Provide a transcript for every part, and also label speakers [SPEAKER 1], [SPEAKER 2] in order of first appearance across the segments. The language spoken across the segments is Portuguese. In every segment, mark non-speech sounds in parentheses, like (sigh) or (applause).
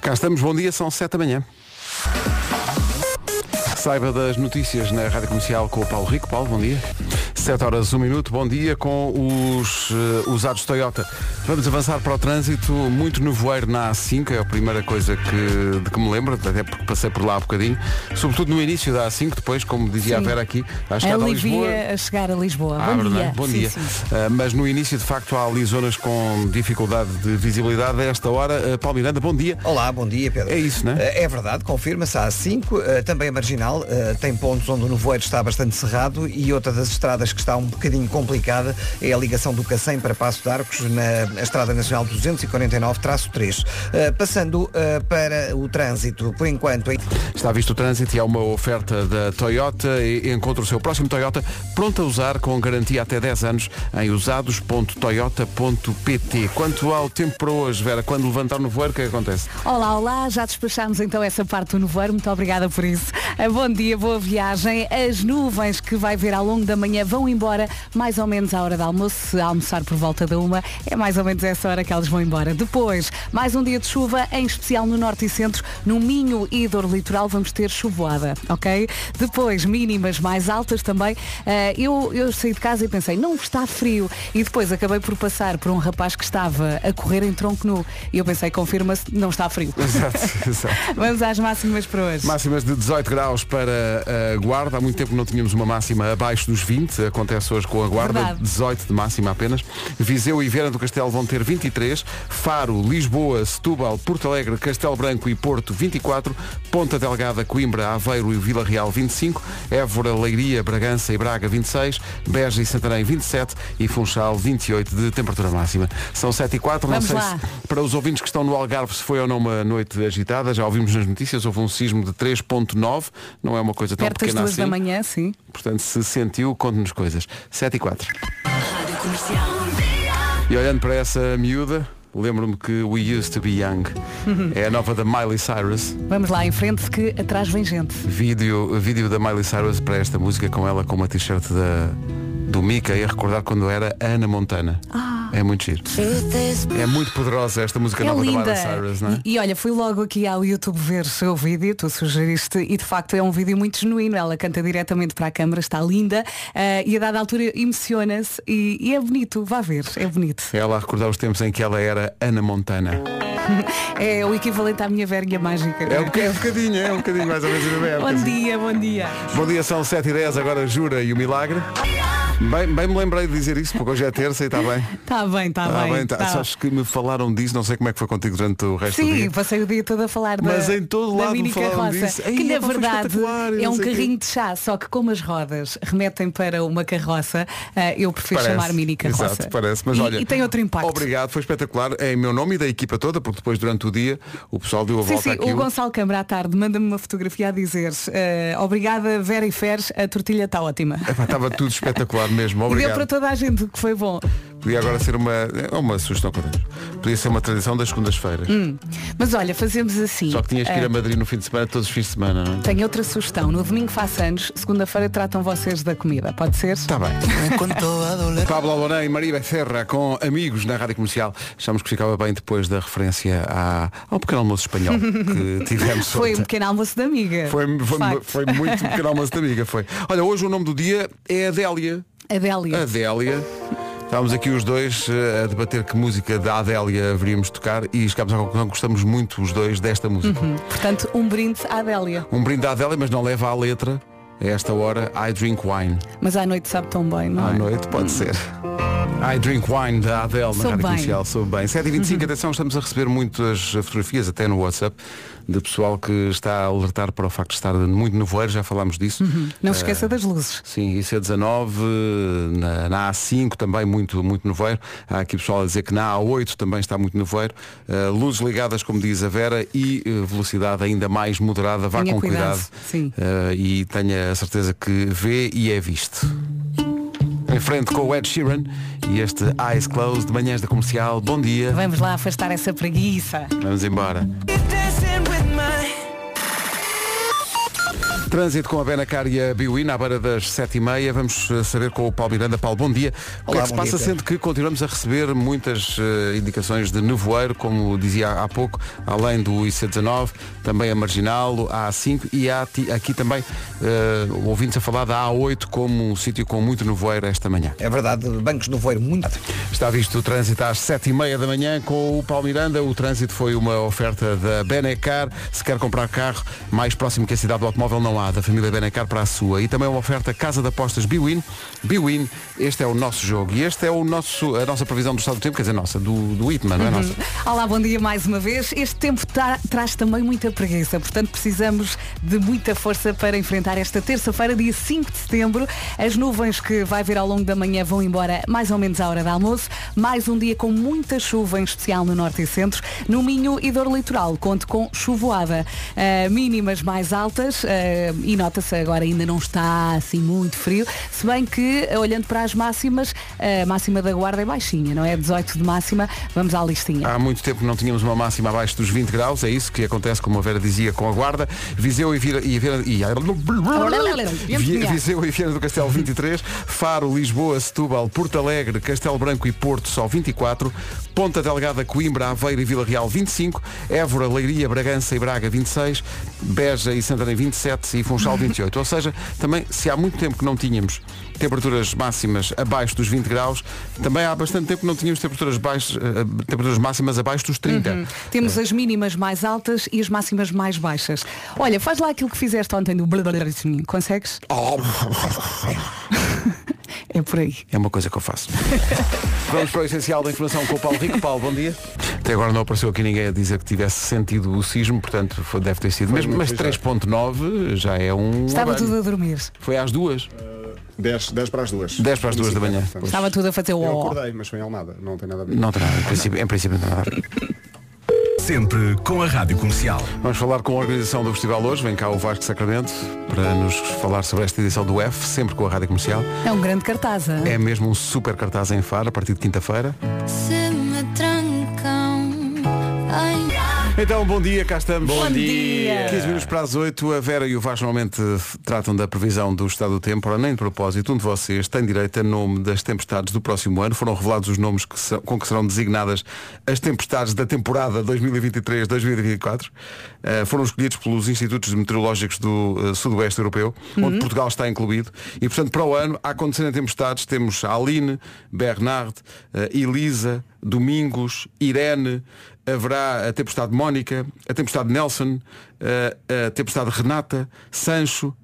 [SPEAKER 1] Cá estamos, bom dia, são 7 da manhã. Saiba das notícias na Rádio Comercial com o Paulo Rico. Paulo, bom dia. 7 horas, 1 minuto, bom dia com os eh, usados Toyota. Vamos avançar para o trânsito, muito nevoeiro na A5, é a primeira coisa que, de que me lembro, até porque passei por lá há bocadinho, sobretudo no início da A5, depois, como dizia a
[SPEAKER 2] Sim.
[SPEAKER 1] Vera aqui, à chegada a Lisboa,
[SPEAKER 2] Alivia a chegar a Lisboa.
[SPEAKER 1] ah,
[SPEAKER 2] Bom
[SPEAKER 1] verdade.
[SPEAKER 2] dia.
[SPEAKER 1] Bom
[SPEAKER 2] Sim,
[SPEAKER 1] dia.
[SPEAKER 2] sim.
[SPEAKER 1] Ah, mas no início, de facto, há ali zonas com dificuldade de visibilidade. A esta hora, uh, Paulo Miranda, bom dia.
[SPEAKER 3] Olá, bom dia Pedro.
[SPEAKER 1] É isso, né?
[SPEAKER 3] Eh, É verdade, confirma-se, há cinco, eh, também a marginal, eh, tem pontos onde o nevoeiro está bastante cerrado e outra das estradas que está um bocadinho complicada é a ligação do Cacém para Passo de Arcos na na Estrada Nacional 249-3. Eh, Passando eh, para o trânsito, por enquanto... em-
[SPEAKER 1] Está visto o trânsito e há uma oferta da Toyota. E encontra o seu próximo Toyota pronto a usar com garantia até 10 anos em usados.toyota.pt. Quanto ao tempo para hoje, Vera, quando levantar no voeiro, o que é que acontece?
[SPEAKER 2] Olá, olá, já despachámos então essa parte do nevoeiro, muito obrigada por isso. Ah, Bom dia, boa viagem. As nuvens que vai ver ao longo da manhã vão embora mais ou menos à hora de almoço, se almoçar por volta da uma, é mais ou menos essa hora que elas vão embora. Depois, mais um dia de chuva, em especial no norte e centro, no Minho e Douro Litoral vamos ter chuvoada, ok? Depois, mínimas mais altas também. Ah, eu, eu saí de casa e pensei, não está frio. E depois acabei por passar por um rapaz que estava a correr em tronco nu. E eu pensei, confirma-se, não está
[SPEAKER 1] (laughs)
[SPEAKER 2] frio.
[SPEAKER 1] Exato, exato.
[SPEAKER 2] Vamos às máximas para hoje.
[SPEAKER 1] Máximas de 18 graus para a Guarda. Há muito tempo não tínhamos uma máxima abaixo dos 20. Acontece hoje com a Guarda.
[SPEAKER 2] Verdade.
[SPEAKER 1] 18 de máxima apenas. Viseu e Vera do Castelo vão ter 23. Faro, Lisboa, Setúbal, Porto Alegre, Castelo Branco e Porto 24. Ponta Delgada, Coimbra, Aveiro e Vila Real 25. Évora, Leiria, Bragança e Braga 26. Beja e Santarém 27. E Funchal 28 de temperatura máxima. São 7 e 4.
[SPEAKER 2] Vamos
[SPEAKER 1] não sei
[SPEAKER 2] lá.
[SPEAKER 1] se para os ouvintes que estão no Algarve, se foi ou não uma noite agitada, já ouvimos nas notícias, houve um sismo de 3.9, não é uma coisa tão
[SPEAKER 2] Perto das
[SPEAKER 1] pequena
[SPEAKER 2] duas
[SPEAKER 1] assim.
[SPEAKER 2] da manhã, sim.
[SPEAKER 1] Portanto, se sentiu, conte-nos coisas. 7 e 4. E olhando para essa miúda, lembro-me que We Used to Be
[SPEAKER 2] (laughs)
[SPEAKER 1] Young. É a nova da Miley Cyrus.
[SPEAKER 2] Vamos lá em frente que atrás vem gente.
[SPEAKER 1] Vídeo, vídeo da Miley Cyrus para esta música com ela com uma t-shirt da, do Mickey a recordar quando era Ana Montana. É muito giro. É muito poderosa esta música
[SPEAKER 2] Ah. É
[SPEAKER 1] nova da
[SPEAKER 2] linda.
[SPEAKER 1] Miley Cyrus, não é?
[SPEAKER 2] E, e olha, fui logo aqui ao YouTube ver o seu vídeo, tu sugeriste, e de facto é um vídeo muito genuíno. Ela canta diretamente para a câmara, está linda, eh, e a dada altura emociona-se e, e é bonito, vá ver, é bonito.
[SPEAKER 1] Ela a recordar os tempos em que ela era Ana Montana.
[SPEAKER 2] É o equivalente à minha verga mágica.
[SPEAKER 1] É um bocadinho, é um bocadinho, é um bocadinho mais ou menos a mesma época.
[SPEAKER 2] Bom dia, bom dia.
[SPEAKER 1] Bom dia, são 7 e 10 agora jura e o milagre. Bem, bem me lembrei de dizer isso, porque hoje é terça e está bem.
[SPEAKER 2] Está bem, está
[SPEAKER 1] Está
[SPEAKER 2] bem.
[SPEAKER 1] bem, tá.
[SPEAKER 2] tá.
[SPEAKER 1] Sabes que me falaram disso, não sei como é que foi contigo durante o resto do
[SPEAKER 2] Sim,
[SPEAKER 1] dia.
[SPEAKER 2] passei o dia todo a falar da,
[SPEAKER 1] Mas em todo
[SPEAKER 2] da
[SPEAKER 1] lado me
[SPEAKER 2] mini
[SPEAKER 1] falaram
[SPEAKER 2] carroça,
[SPEAKER 1] disso. Ei,
[SPEAKER 2] que na
[SPEAKER 1] epá, foi
[SPEAKER 2] verdade
[SPEAKER 1] espetacular, eu
[SPEAKER 2] é
[SPEAKER 1] não
[SPEAKER 2] um
[SPEAKER 1] sei o quê.
[SPEAKER 2] carrinho de chá, só que como as rodas remetem para uma carroça, ah, eu prefiro
[SPEAKER 1] Parece,
[SPEAKER 2] chamar mini carroça.
[SPEAKER 1] Exato, parece, mas
[SPEAKER 2] e,
[SPEAKER 1] olha.
[SPEAKER 2] e tem outro impacto.
[SPEAKER 1] Obrigado, foi espetacular. É Em meu nome e da equipa toda, porque depois durante o dia o pessoal deu a
[SPEAKER 2] Sim,
[SPEAKER 1] volta
[SPEAKER 2] sim, o
[SPEAKER 1] àquilo.
[SPEAKER 2] Gonçalo Câmara à tarde manda-me uma fotografia a dizer ah, Obrigada Vera e Feres, a tortilha
[SPEAKER 1] (laughs)
[SPEAKER 2] está ótima.
[SPEAKER 1] Epá, Estava tudo espetacular mesmo,
[SPEAKER 2] (laughs) E deu
[SPEAKER 1] obrigado.
[SPEAKER 2] para toda a gente o que foi bom.
[SPEAKER 1] Podia agora ser uma, é uma sugestão que eu tenho. Podia ser uma tradição das segundas-feiras.
[SPEAKER 2] Hum, Mas olha, fazemos assim.
[SPEAKER 1] Só que tinhas que ir a Madrid no fim de semana, todos os fins de semana, não é?
[SPEAKER 2] Tenho outra sugestão. No domingo faço anos, segunda-feira tratam vocês da comida. Pode ser?
[SPEAKER 1] Está bem. (laughs) Pablo Alboné e Maria Becerra com amigos na Rádio Comercial. Achamos que ficava bem depois da referência à- ao pequeno almoço espanhol
[SPEAKER 2] (laughs)
[SPEAKER 1] que tivemos.
[SPEAKER 2] Foi um
[SPEAKER 1] ontem.
[SPEAKER 2] pequeno almoço de amiga.
[SPEAKER 1] tá. foi, foi,
[SPEAKER 2] Facto.
[SPEAKER 1] foi muito pequeno almoço da amiga, foi. Olha, hoje o nome do dia é Adélia.
[SPEAKER 2] Adélia.
[SPEAKER 1] Adélia. Estávamos aqui os dois eh, a debater que música da Adélia haveríamos de tocar e chegámos à conclusão que gostamos muito os dois desta música.
[SPEAKER 2] Portanto, um brinde à Adélia.
[SPEAKER 1] Um brinde à Adélia, mas não leva à letra. A esta hora, I Drink Wine.
[SPEAKER 2] Mas à noite sabe tão bem, não
[SPEAKER 1] À
[SPEAKER 2] é?
[SPEAKER 1] noite, pode ser. I Drink Wine da Adele na
[SPEAKER 2] Sou
[SPEAKER 1] Rádio
[SPEAKER 2] bem. Uhum.
[SPEAKER 1] Comercial, sou bem. 7h25, atenção, estamos a receber muitas fotografias, até no WhatsApp, de pessoal que está a alertar para o facto de estar muito nevoeiro, já falámos disso.
[SPEAKER 2] Não se
[SPEAKER 1] é.
[SPEAKER 2] esqueça das luzes.
[SPEAKER 1] Sim, IC19, na, na A5 também muito, muito nevoeiro. Há aqui pessoal a dizer que na A8 também está muito nevoeiro. Eh, luzes ligadas, como diz a Vera, e eh, velocidade ainda mais moderada. Vá
[SPEAKER 2] Tenha
[SPEAKER 1] com cuidado.
[SPEAKER 2] cuidado, sim.
[SPEAKER 1] Eh, e tenha a certeza que vê e é visto. Em frente com o Ed Sheeran e este Eyes Closed, de manhãs da comercial. Bom dia,
[SPEAKER 2] Vamos lá afastar essa preguiça.
[SPEAKER 1] vamos embora. Trânsito com a Benacar e a Biuína, à beira das 7h30. Vamos eh, saber com o Paulo Miranda. Paulo, bom dia. o que é
[SPEAKER 3] Olá,
[SPEAKER 1] que se
[SPEAKER 3] bom
[SPEAKER 1] passa,
[SPEAKER 3] dia,
[SPEAKER 1] sendo que continuamos a receber muitas eh, indicações de nevoeiro, como dizia há pouco, além do IC19, também a Marginal, a A5 e há ti- aqui também eh, ouvintes a falar da A8 como um sítio com muito nevoeiro esta manhã.
[SPEAKER 3] É verdade, bancos no voeiro muito.
[SPEAKER 1] Está visto o trânsito às 7h30 da manhã com o Paulo Miranda. O trânsito foi uma oferta da Benecar. Se quer comprar carro, mais próximo que a cidade do automóvel não há, da família Benecar para a sua. E também uma oferta Casa de Apostas Biwin. Biwin, este é o nosso jogo. E este é o nosso, a nossa previsão do estado do tempo, quer dizer, nossa, do, do Itman, não é nossa?
[SPEAKER 2] Olá, bom dia mais uma vez. Este tempo tra- traz também muita preguiça, portanto precisamos de muita força para enfrentar esta terça-feira, dia 5 de setembro. As nuvens que vai ver ao longo da manhã vão embora mais ou menos à hora de almoço. Mais um dia com muita chuva, em especial no norte e centro. No Minho e Dor Litoral, conto com chuvoada. Ah, mínimas mais altas ah, e nota-se agora ainda não está assim muito frio, se bem que olhando para as máximas, a máxima da guarda é baixinha, não é? 18 de máxima, vamos à listinha.
[SPEAKER 1] Há muito tempo que não tínhamos uma máxima abaixo dos 20 graus, é isso que acontece, como a Vera dizia, com a guarda. Viseu e Vira. E Vira e... Vi- Viseu e Viana do Castelo 23, (laughs) Faro, Lisboa, Setúbal, Porto Alegre, Castelo Branco e Porto só 24, Ponta Delgada, Coimbra, Aveiro e Vila Real 25, Évora, Leiria, Bragança e Braga 26, Beja e Santarém 27 e Funchal 28. Ou seja, também se há muito tempo que não tínhamos temperaturas máximas abaixo dos 20 graus, também há bastante tempo que não tínhamos temperaturas, baixas, eh, temperaturas máximas abaixo dos 30.
[SPEAKER 2] Temos as mínimas mais altas e as máximas mais baixas. Olha, faz lá aquilo que fizeste ontem do blablablazinho. assim, Consegues?
[SPEAKER 1] Oh,
[SPEAKER 2] É por aí.
[SPEAKER 1] É uma coisa que eu faço. (laughs) Vamos para o essencial da informação com o Paulo Rico. Paulo, bom dia. Até agora não apareceu aqui ninguém a dizer que tivesse sentido o sismo, portanto foi- deve ter sido. mesmo, mas 3.9 já é um.
[SPEAKER 2] Estava
[SPEAKER 1] abanho.
[SPEAKER 2] tudo a dormir.
[SPEAKER 1] Foi às duas.
[SPEAKER 4] 10, 10 para as duas.
[SPEAKER 1] 10 para as duas da manhã.
[SPEAKER 4] Portanto,
[SPEAKER 2] Estava tudo a fazer
[SPEAKER 1] É
[SPEAKER 2] o
[SPEAKER 4] Eu
[SPEAKER 2] ó.
[SPEAKER 4] acordei, mas foi em Almada, não tem nada a ver.
[SPEAKER 1] Não tem nada, em princípio, em princípio não tem nada. a ver.
[SPEAKER 5] Sempre com a Rádio Comercial.
[SPEAKER 1] Vamos falar com a organização do festival hoje. Vem cá o Vasco Sacramento para nos falar sobre esta edição do F, sempre com a Rádio Comercial.
[SPEAKER 2] É um grande cartaz. hã?
[SPEAKER 1] É mesmo um super cartaz em Faro a partir de quinta-feira.
[SPEAKER 6] Se me trancam em
[SPEAKER 1] Então, bom dia, cá estamos.
[SPEAKER 2] Bom dia. dia.
[SPEAKER 1] 15 minutos para as 8, a Vera e o Vasco normalmente eh, tratam da previsão do estado do tempo. Ora, nem de propósito, um de vocês tem direito a nome das tempestades do próximo ano. Foram revelados os nomes que são- com que serão designadas as tempestades da temporada 2023-2024. Eh, foram escolhidos pelos Institutos Meteorológicos do eh, Sudoeste Europeu,
[SPEAKER 2] Uhum.
[SPEAKER 1] onde Portugal está incluído. E, portanto, para o ano, a acontecerem tempestades, temos Aline, Bernard, eh, Elisa, Domingos, Irene, haverá a tempestade Mónica, a tempestade Nelson, a, a tempestade Renata, Sancho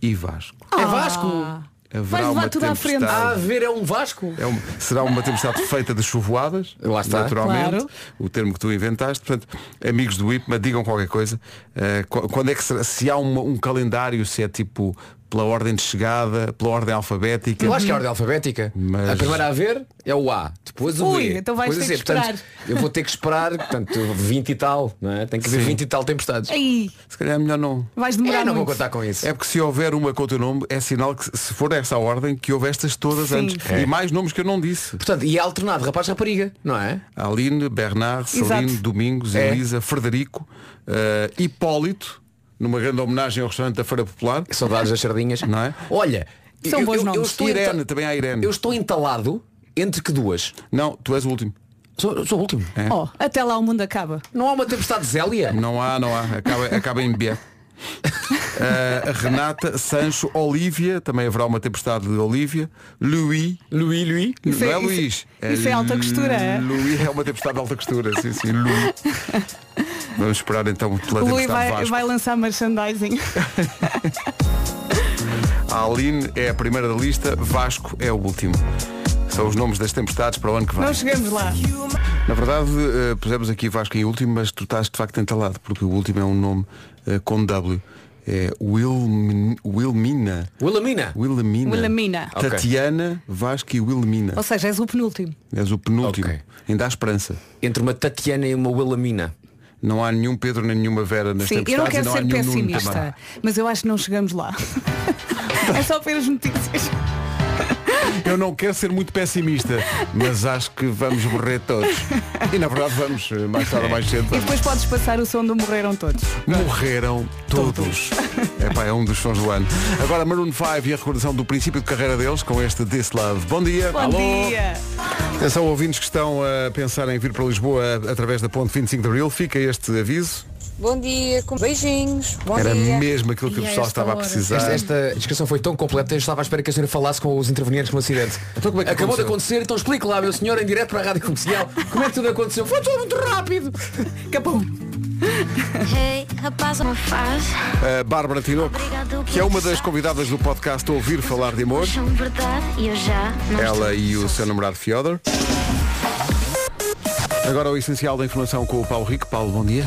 [SPEAKER 1] e Vasco.
[SPEAKER 7] É Vasco?
[SPEAKER 1] Haverá
[SPEAKER 2] Vais Ah, levar
[SPEAKER 1] uma
[SPEAKER 2] tudo à frente.
[SPEAKER 7] Ah,
[SPEAKER 1] tempestade-
[SPEAKER 7] a ver é um Vasco?
[SPEAKER 1] É um- será uma tempestade feita de chovoadas,
[SPEAKER 7] Lá está.
[SPEAKER 1] naturalmente,
[SPEAKER 2] Claro.
[SPEAKER 1] o termo que tu inventaste. Portanto, amigos do IPMA, digam qualquer coisa. Eh, qu- quando é que será- se há uma- um calendário, se é tipo pela ordem de chegada, pela ordem alfabética.
[SPEAKER 7] Eu acho que é a ordem alfabética.
[SPEAKER 1] Mas-
[SPEAKER 7] A primeira a ver é o A, depois o
[SPEAKER 2] Ui,
[SPEAKER 7] B.
[SPEAKER 2] então vais
[SPEAKER 7] depois
[SPEAKER 2] ter
[SPEAKER 7] o C.
[SPEAKER 2] que esperar.
[SPEAKER 7] Portanto, eu vou ter que esperar, portanto, 20 e tal, não é? Tem que haver 20 e tal tempestades.
[SPEAKER 2] Aí,
[SPEAKER 1] Se calhar é melhor não.
[SPEAKER 2] vais
[SPEAKER 7] Eu
[SPEAKER 2] demorar
[SPEAKER 7] não vou
[SPEAKER 2] muito.
[SPEAKER 7] contar com isso.
[SPEAKER 1] É porque se houver uma com o teu nome, é sinal que se for essa a ordem, que houve estas todas
[SPEAKER 2] Sim.
[SPEAKER 1] antes.
[SPEAKER 7] É.
[SPEAKER 1] E mais nomes que eu não disse.
[SPEAKER 7] Portanto, e é alternado, rapaz rapariga, não é?
[SPEAKER 1] Aline, Bernard,
[SPEAKER 2] Exato.
[SPEAKER 1] Celine, Domingos,
[SPEAKER 7] É.
[SPEAKER 1] Elisa, Frederico, eh, Hipólito, numa grande homenagem ao restaurante da Feira Popular,
[SPEAKER 7] Saudades das sardinhas.
[SPEAKER 1] não é?
[SPEAKER 7] Olha,
[SPEAKER 2] São
[SPEAKER 7] eu,
[SPEAKER 2] bons
[SPEAKER 7] eu, eu
[SPEAKER 2] nomes.
[SPEAKER 7] estou
[SPEAKER 1] Irene,
[SPEAKER 7] enta-
[SPEAKER 1] também há Irene.
[SPEAKER 7] Eu estou entalado entre que duas?
[SPEAKER 1] Não, tu és o último.
[SPEAKER 7] Sou, sou o último.
[SPEAKER 2] Oh, até lá o mundo acaba.
[SPEAKER 7] Não há uma tempestade Zélia?
[SPEAKER 1] Não há, não há. Acaba, acaba em
[SPEAKER 2] (laughs)
[SPEAKER 1] B. Eh, Renata, Sancho, Olívia, também haverá uma tempestade de Olívia, Luís,
[SPEAKER 7] Luí, Luí.
[SPEAKER 2] Isso
[SPEAKER 1] não
[SPEAKER 2] é-
[SPEAKER 1] é,
[SPEAKER 2] isso-
[SPEAKER 1] Luís.
[SPEAKER 2] isso é alta costura, é?
[SPEAKER 1] Luís é uma tempestade de alta costura, sim, sim, Luís.
[SPEAKER 2] (laughs)
[SPEAKER 1] Vamos esperar então pela
[SPEAKER 2] O Lui
[SPEAKER 1] tempestade
[SPEAKER 2] vai,
[SPEAKER 1] Vasco.
[SPEAKER 2] vai lançar merchandising.
[SPEAKER 1] A Aline é a primeira da lista, Vasco é o último. São os nomes das tempestades para o ano que vem.
[SPEAKER 2] Não chegamos lá.
[SPEAKER 1] Na verdade, eh, pusemos aqui Vasco em último, mas tu estás de facto entalado, porque o último é um nome eh, com W. É Wilmin, Wilmina.
[SPEAKER 7] Wilhelmina.
[SPEAKER 1] Wilhelmina.
[SPEAKER 2] Wilhelmina.
[SPEAKER 7] Ok.
[SPEAKER 1] Tatiana, Vasco e Wilhelmina.
[SPEAKER 2] Ou seja, és o penúltimo.
[SPEAKER 1] És o penúltimo.
[SPEAKER 7] Ok.
[SPEAKER 1] Ainda há esperança.
[SPEAKER 7] Entre uma Tatiana e uma Wilhelmina.
[SPEAKER 1] Não há nenhum Pedro nem nenhuma Vera nas
[SPEAKER 2] Sim, eu não
[SPEAKER 1] tempestades e
[SPEAKER 2] quero ser
[SPEAKER 1] não é? há nenhum Nuno também.
[SPEAKER 2] pessimista, mas eu acho que não chegamos lá. (laughs) é só pelas notícias. (laughs)
[SPEAKER 1] Eu não quero ser muito pessimista, mas acho que vamos morrer todos. E na verdade vamos, eh, mais tarde ou mais cedo.
[SPEAKER 2] E
[SPEAKER 1] vamos.
[SPEAKER 2] depois podes passar o som do Morreram Todos.
[SPEAKER 1] Morreram todos. É pá, é um dos sons do ano. Agora Maroon 5 e a recordação do princípio de carreira deles com este This Love. Bom dia.
[SPEAKER 2] Bom dia!
[SPEAKER 1] Atenção, ouvintes que estão a pensar em vir para Lisboa através da ponte 25 de Abril, fica este aviso.
[SPEAKER 8] Bom dia, com beijinhos. Bom
[SPEAKER 1] Era
[SPEAKER 8] dia.
[SPEAKER 1] mesmo aquilo que o
[SPEAKER 9] E a
[SPEAKER 1] pessoal
[SPEAKER 9] esta
[SPEAKER 1] estava a
[SPEAKER 9] hora?
[SPEAKER 1] precisar.
[SPEAKER 7] Esta, esta descrição foi tão completa, eu estava à espera que a senhora falasse com os intervenientes no acidente.
[SPEAKER 1] Então como é que
[SPEAKER 7] Acabou
[SPEAKER 1] aconteceu?
[SPEAKER 7] de acontecer, então explique lá, meu senhor, em direto para a rádio comercial, como é que tudo aconteceu? Foi tudo muito rápido! Capão!
[SPEAKER 6] Hey, rapaz, não faz.
[SPEAKER 1] A Bárbara Tinoco, que é uma das convidadas do podcast Ouvir Falar de Amor,
[SPEAKER 6] São verdade, eu já não
[SPEAKER 1] ela
[SPEAKER 6] estou
[SPEAKER 1] e o
[SPEAKER 6] só.
[SPEAKER 1] seu namorado Fiodor. Agora o essencial da informação com o Paulo Rico. Paulo, bom dia.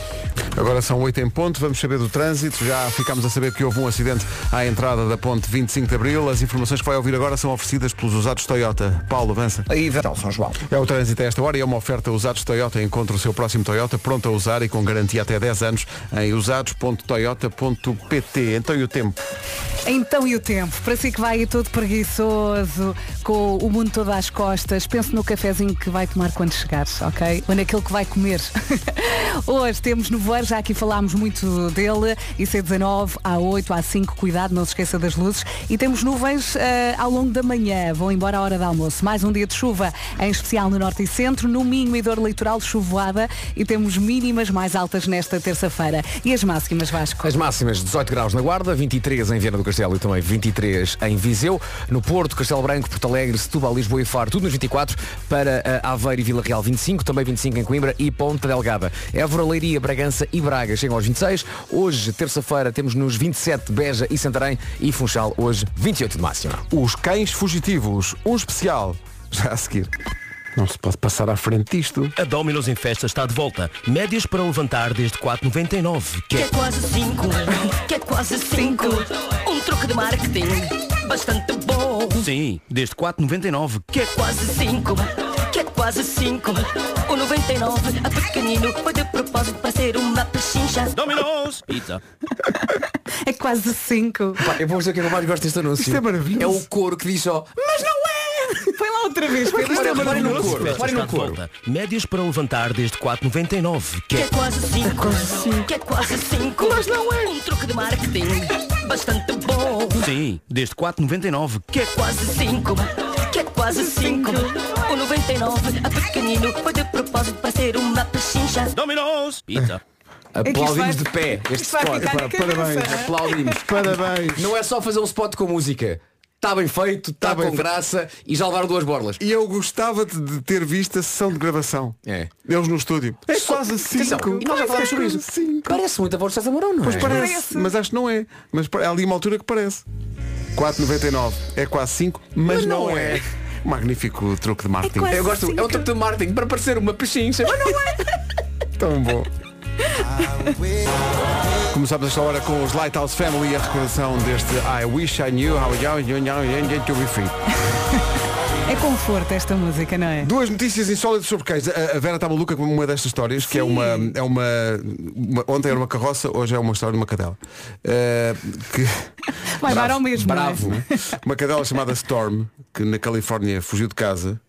[SPEAKER 1] Agora são 8 em ponto, vamos saber do trânsito. Já ficámos a saber que houve um acidente à entrada da ponte 25 de Abril. As informações que vai ouvir agora são oferecidas pelos usados Toyota. Paulo, avança.
[SPEAKER 3] Aí vai então, São João.
[SPEAKER 1] É o trânsito a esta hora e é uma oferta usados Toyota. Encontre o seu próximo Toyota pronto a usar e com garantia até 10 anos em usados.toyota.pt. Então e o tempo?
[SPEAKER 2] Então e o tempo? Para si que vai todo preguiçoso, com o mundo todo às costas, pense no cafezinho que vai tomar quando chegares, ok? Ou naquele que vai comer. (laughs) Hoje temos nevoeiro, já aqui falámos muito dele, IC19, A8, A5, cuidado, não se esqueça das luzes. E temos nuvens eh, ao longo da manhã, vão embora à hora do almoço. Mais um dia de chuva, em especial no Norte e Centro, no Minho e Dor Litoral, chuvoada, e temos mínimas mais altas nesta terça-feira. E as máximas, Vasco?
[SPEAKER 7] As máximas 18 graus na Guarda, 23 em Viana do Castelo e também 23 em Viseu. No Porto, Castelo Branco, Porto Alegre, Setúbal, Lisboa e Faro, tudo nos 24. Para eh, Aveiro e Vila Real, 25. Também 25 em Coimbra e Ponta Delgada. Évora, Leiria, Bragança e Braga chegam aos 26. Hoje, terça-feira, temos nos 27 Beja e Santarém e Funchal, hoje 28 de máxima.
[SPEAKER 1] Os cães fugitivos, um especial, (laughs) já a seguir. Não se pode passar à frente disto.
[SPEAKER 10] A Dominos em Festa está de volta. Médias para levantar desde 4,99. Que é...
[SPEAKER 11] quase 5, que é quase 5. Um truque de marketing bastante bom.
[SPEAKER 10] Sim, desde 4,99.
[SPEAKER 11] Que é quase 5, que é quase Um 5. O 99, a pequenino, foi de propósito para ser uma pechincha.
[SPEAKER 10] Dominos! Pizza.
[SPEAKER 2] É quase 5.
[SPEAKER 7] eu vou dizer que eu mais gosto deste anúncio.
[SPEAKER 1] Isto é maravilhoso.
[SPEAKER 7] É o couro que diz só. Mas não
[SPEAKER 2] Foi lá outra vez. Foi
[SPEAKER 7] Isto é
[SPEAKER 10] Reparem no
[SPEAKER 7] maravilhoso.
[SPEAKER 10] couro,
[SPEAKER 7] Reparem no
[SPEAKER 10] está de
[SPEAKER 7] couro.
[SPEAKER 10] volta. Médias para levantar desde 4,99. Que
[SPEAKER 11] Que
[SPEAKER 10] é...
[SPEAKER 11] é quase 5, que é quase 5. Mas não é um truque de marketing bastante bom.
[SPEAKER 10] Sim, desde 4,99.
[SPEAKER 11] Que é quase 5, que é quase 5. O 99, a pequenino, foi de propósito para ser uma pechincha.
[SPEAKER 10] Dominos! Pizza.
[SPEAKER 2] É que isto
[SPEAKER 7] Aplaudimos
[SPEAKER 2] vai-
[SPEAKER 7] de pé este
[SPEAKER 2] isto vai
[SPEAKER 7] spot.
[SPEAKER 2] ficar na
[SPEAKER 7] Epá,
[SPEAKER 2] cabeça,
[SPEAKER 7] Parabéns.
[SPEAKER 2] não é?
[SPEAKER 7] Aplaudimos.
[SPEAKER 1] Parabéns.
[SPEAKER 7] Não é só fazer um spot com música. Está bem feito, está
[SPEAKER 1] Tá bem
[SPEAKER 7] com
[SPEAKER 1] feito.
[SPEAKER 7] graça e já levaram duas borlas.
[SPEAKER 1] E eu gostava de- de ter visto a sessão de gravação.
[SPEAKER 7] É.
[SPEAKER 1] Eles no estúdio. É quase
[SPEAKER 7] Atenção,
[SPEAKER 1] cinco. é
[SPEAKER 7] E nós já falámos sobre isso.
[SPEAKER 1] Cinco.
[SPEAKER 7] Parece muito a voz de César Mourão, não
[SPEAKER 1] Pois
[SPEAKER 7] é?
[SPEAKER 1] parece, mas acho que não é. Mas pa- há ali uma altura que parece. 4,99 é quase 5, mas, não,
[SPEAKER 7] não
[SPEAKER 1] é.
[SPEAKER 7] é.
[SPEAKER 1] Magnífico truque de marketing.
[SPEAKER 2] quase-
[SPEAKER 7] Eu gosto, é um truque de marketing para parecer uma pechincha. Mas não é.
[SPEAKER 1] É tão bom. Começamos esta hora com os Lighthouse Family e a recordação deste I Wish I Knew How Young You Young You to Be Free.
[SPEAKER 2] É conforto esta música, não é?
[SPEAKER 1] Duas notícias insólitas sobre cães. A a Vera está maluca com uma destas histórias, que é uma, é uma, uma- Ontem era uma carroça, hoje é uma história de uma cadela. Eh, que,
[SPEAKER 2] (laughs) Vai dar ao mesmo. é?
[SPEAKER 1] Bravo. Uma cadela chamada Storm, que na Califórnia fugiu de casa,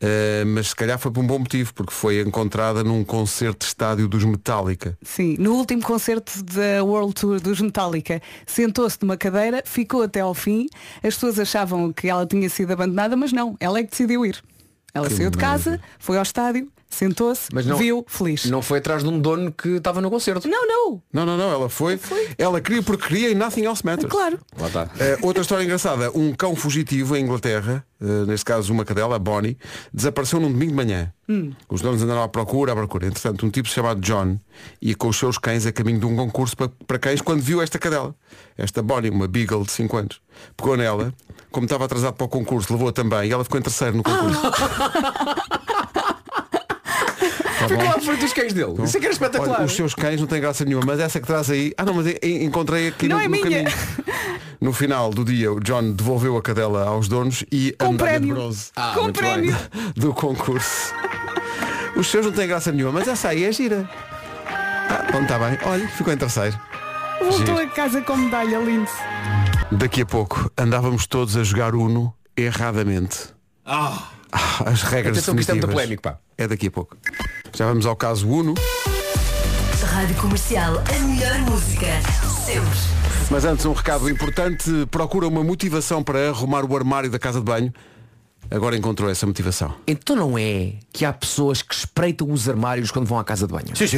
[SPEAKER 1] eh, mas se calhar foi por um bom motivo, porque foi encontrada num concerto de estádio dos Metallica.
[SPEAKER 2] Sim, no último concerto da World Tour dos Metallica, sentou-se numa cadeira, ficou até ao fim. As pessoas achavam que ela tinha sido abandonada, mas não, ela é que decidiu ir. Ela saiu de casa, foi ao estádio, sentou-se,
[SPEAKER 7] Mas não-
[SPEAKER 2] viu, feliz.
[SPEAKER 7] Não foi atrás de um dono que estava no concerto.
[SPEAKER 2] não, não,
[SPEAKER 1] Não, não, não, ela foi. Ela queria porque queria e nothing else matters.
[SPEAKER 2] claro.
[SPEAKER 7] Lá tá. está.
[SPEAKER 1] Eh, outra história engraçada, um cão fugitivo em Inglaterra, eh, neste caso uma cadela, a Bonnie, desapareceu num domingo de manhã. Os donos andaram à procura, à procura. Entretanto, um tipo chamado John ia com os seus cães a caminho de um concurso para, para cães quando viu esta cadela. Esta Bonnie, uma Beagle de 5 anos. Pegou nela, como estava atrasado para o concurso, levou-a também e ela ficou em terceiro no concurso. Tá
[SPEAKER 7] Ficou à frente dos cães dele. Isso é que era espetacular.
[SPEAKER 1] Olha, os seus cães não têm graça nenhuma, mas essa que traz aí. Ah não, mas eu- eu encontrei aqui
[SPEAKER 2] Não
[SPEAKER 1] no,
[SPEAKER 2] é
[SPEAKER 1] no
[SPEAKER 2] minha.
[SPEAKER 1] caminho. No final do dia, o John devolveu a cadela aos donos e a
[SPEAKER 2] Com
[SPEAKER 1] medalha de
[SPEAKER 2] prémio.
[SPEAKER 1] bronze
[SPEAKER 7] Ah,
[SPEAKER 2] Com
[SPEAKER 7] muito
[SPEAKER 2] prémio.
[SPEAKER 7] bem.
[SPEAKER 1] do concurso. Os seus não têm graça nenhuma, mas essa aí é gira. Ah, bom, está bem. Olha, ficou em terceiro.
[SPEAKER 2] Voltou
[SPEAKER 1] Giro.
[SPEAKER 2] a casa com medalha, lindo.
[SPEAKER 1] Daqui a pouco andávamos todos a jogar Uno erradamente. Ah, as regras
[SPEAKER 7] Atenção que isto é muito
[SPEAKER 1] definitivas.
[SPEAKER 7] polémico, pá.
[SPEAKER 1] É daqui a pouco. Já vamos ao caso Uno.
[SPEAKER 9] Rádio Comercial, a melhor música. Sempre.
[SPEAKER 1] Mas antes, um recado importante. Procura uma motivação para arrumar o armário da casa de banho. Agora encontrou essa motivação.
[SPEAKER 7] Então não é que há pessoas que espreitam os armários quando vão à casa de banho?
[SPEAKER 12] Sim, sim.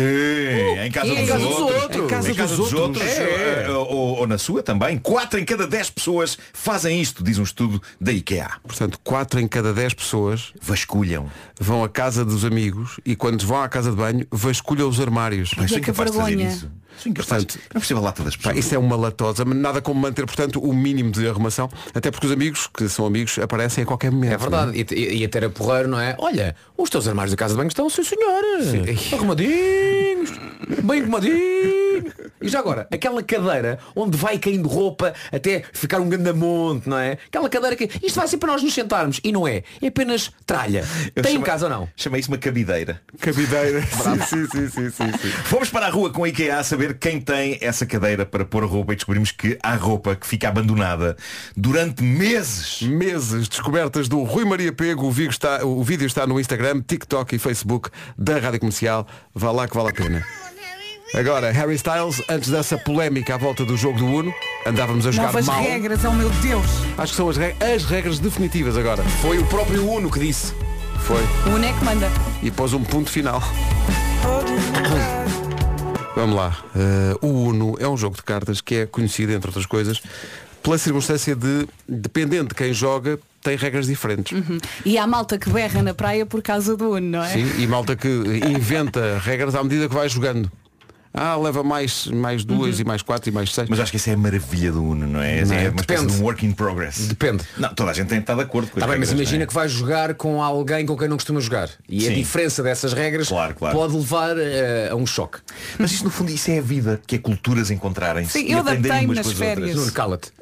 [SPEAKER 12] em casa,
[SPEAKER 7] Uh, Em
[SPEAKER 12] dos,
[SPEAKER 7] casa dos
[SPEAKER 12] outros.
[SPEAKER 7] outros.
[SPEAKER 12] Em casa, dos, outros.
[SPEAKER 7] É.
[SPEAKER 12] eh, Ou, ou na sua também. 4 em cada 10 pessoas fazem isto, diz um estudo da IKEA.
[SPEAKER 1] Portanto, 4 em cada 10 pessoas
[SPEAKER 12] vasculham.
[SPEAKER 1] Vão à casa dos amigos e quando vão à casa de banho, vasculham os armários.
[SPEAKER 12] Mas sou incapaz de fazer isso. Sou incapaz. não percebo a lata das pessoas.
[SPEAKER 1] Pá, isso é uma latosa, mas nada como manter, portanto, o mínimo de arrumação, até porque os amigos, que são amigos, aparecem a qualquer momento.
[SPEAKER 7] É verdade. E, e, e até era porreiro, não é? Olha, os teus armários da casa de banho estão, sim senhora. Arrumadinhos, bem arrumadinhos. E já agora, aquela cadeira onde vai caindo roupa até ficar um grande monte, não é? Aquela cadeira que isto vai ser para nós nos sentarmos. E não é. É apenas tralha.
[SPEAKER 12] Eu
[SPEAKER 7] Tem em
[SPEAKER 12] chama-
[SPEAKER 7] casa ou não?
[SPEAKER 12] Chamei isso uma cabideira.
[SPEAKER 1] é? Cabideira.
[SPEAKER 7] (laughs)
[SPEAKER 12] Bravo.
[SPEAKER 1] sim, sim, sim, sim, sim.
[SPEAKER 12] Fomos para a rua com a IKEA a saber quem tem essa cadeira para pôr roupa e descobrimos que há roupa que fica abandonada durante meses.
[SPEAKER 1] Meses descobertas do Rui Maria Pego. O vídeo está, o vídeo está no Instagram, TikTok e Facebook da Rádio Comercial. Vá lá que vale a pena. Agora, Harry Styles, antes dessa polémica à volta do jogo do Uno, andávamos a jogar
[SPEAKER 2] Novas
[SPEAKER 1] mal.
[SPEAKER 2] regras, oh meu Deus.
[SPEAKER 1] Acho que são as, re- as regras definitivas agora.
[SPEAKER 7] Foi o próprio Uno que disse.
[SPEAKER 1] Foi.
[SPEAKER 2] O Uno é que manda.
[SPEAKER 1] E pôs um ponto final. Vamos lá. Eh, o Uno é um jogo de cartas que é conhecido, entre outras coisas, pela circunstância de, dependendo de quem joga, tem regras diferentes.
[SPEAKER 2] E há malta que berra na praia por causa do Uno, não é?
[SPEAKER 1] Sim, e malta que
[SPEAKER 2] (laughs)
[SPEAKER 1] inventa regras à medida que vai jogando. Ah, leva mais, mais
[SPEAKER 2] Uhum.
[SPEAKER 1] duas e mais quatro e mais seis.
[SPEAKER 12] Mas acho que isso é a maravilha do Uno, não é?
[SPEAKER 1] Não é?
[SPEAKER 12] é uma espécie
[SPEAKER 1] Depende.
[SPEAKER 12] de um work in progress.
[SPEAKER 7] Depende.
[SPEAKER 12] Não, toda a gente tem que estar de acordo com
[SPEAKER 7] Tá
[SPEAKER 12] as
[SPEAKER 7] bem, mas
[SPEAKER 12] regras, não é?
[SPEAKER 7] imagina que vais jogar com alguém com quem não costuma jogar. E a
[SPEAKER 12] Sim.
[SPEAKER 7] diferença dessas regras
[SPEAKER 12] Claro, claro.
[SPEAKER 7] pode levar eh, a um choque.
[SPEAKER 12] Mas isso no fundo isso é a vida, que é culturas encontrarem-se
[SPEAKER 2] Sim,
[SPEAKER 12] e
[SPEAKER 2] eu
[SPEAKER 12] aprenderem
[SPEAKER 2] adaptei-me
[SPEAKER 12] umas
[SPEAKER 2] nas
[SPEAKER 12] com as
[SPEAKER 2] férias.
[SPEAKER 12] outras.
[SPEAKER 7] Nuno, cala-te.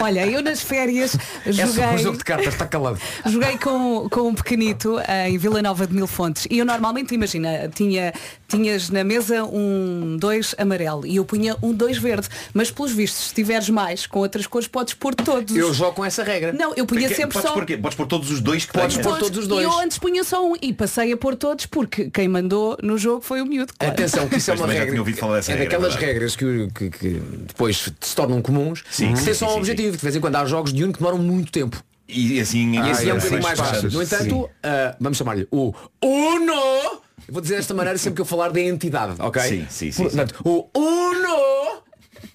[SPEAKER 2] Olha, eu nas férias
[SPEAKER 7] É
[SPEAKER 2] joguei.
[SPEAKER 7] só um jogo de cartas, está calado.
[SPEAKER 2] Joguei com, com um pequenito eh, em Vila Nova de Mil Fontes e eu normalmente, imagina, tinha, tinhas na mesa um dois amarelo e eu punha um dois verde, mas pelos vistos, se tiveres mais com outras cores, podes pôr todos.
[SPEAKER 7] Eu jogo com essa regra.
[SPEAKER 2] Não, eu punha
[SPEAKER 12] Porque-
[SPEAKER 2] sempre
[SPEAKER 12] é, podes
[SPEAKER 2] só.
[SPEAKER 12] Pôr quê? Podes pôr todos os dois que
[SPEAKER 7] Podes
[SPEAKER 12] tens.
[SPEAKER 7] pôr todos os dois.
[SPEAKER 2] E eu antes punha só um e passei a pôr todos porque quem mandou no jogo foi o miúdo. claro.
[SPEAKER 7] Atenção, que isso é
[SPEAKER 12] Mas
[SPEAKER 7] uma
[SPEAKER 12] também já
[SPEAKER 7] regra.
[SPEAKER 12] tinha ouvido falar dessa
[SPEAKER 7] é
[SPEAKER 12] regra,
[SPEAKER 7] daquelas
[SPEAKER 12] é verdade.
[SPEAKER 7] regras que, o- que- que depois se tornam comuns.
[SPEAKER 12] Sim,
[SPEAKER 7] que
[SPEAKER 12] sim,
[SPEAKER 7] têm
[SPEAKER 12] sim,
[SPEAKER 7] só um
[SPEAKER 12] sim,
[SPEAKER 7] objetivo. De vez em quando há jogos de um que demoram muito tempo.
[SPEAKER 12] E assim,
[SPEAKER 7] E
[SPEAKER 12] ah,
[SPEAKER 7] esse é um
[SPEAKER 12] é,
[SPEAKER 7] bocadinho mais fácil.
[SPEAKER 12] fácil.
[SPEAKER 7] No entanto, ah, vamos chamar-lhe o Uno. Eu vou dizer desta maneira sempre que eu falar da entidade, ok?
[SPEAKER 12] Sim, sim, sim,
[SPEAKER 7] Portanto, o Uno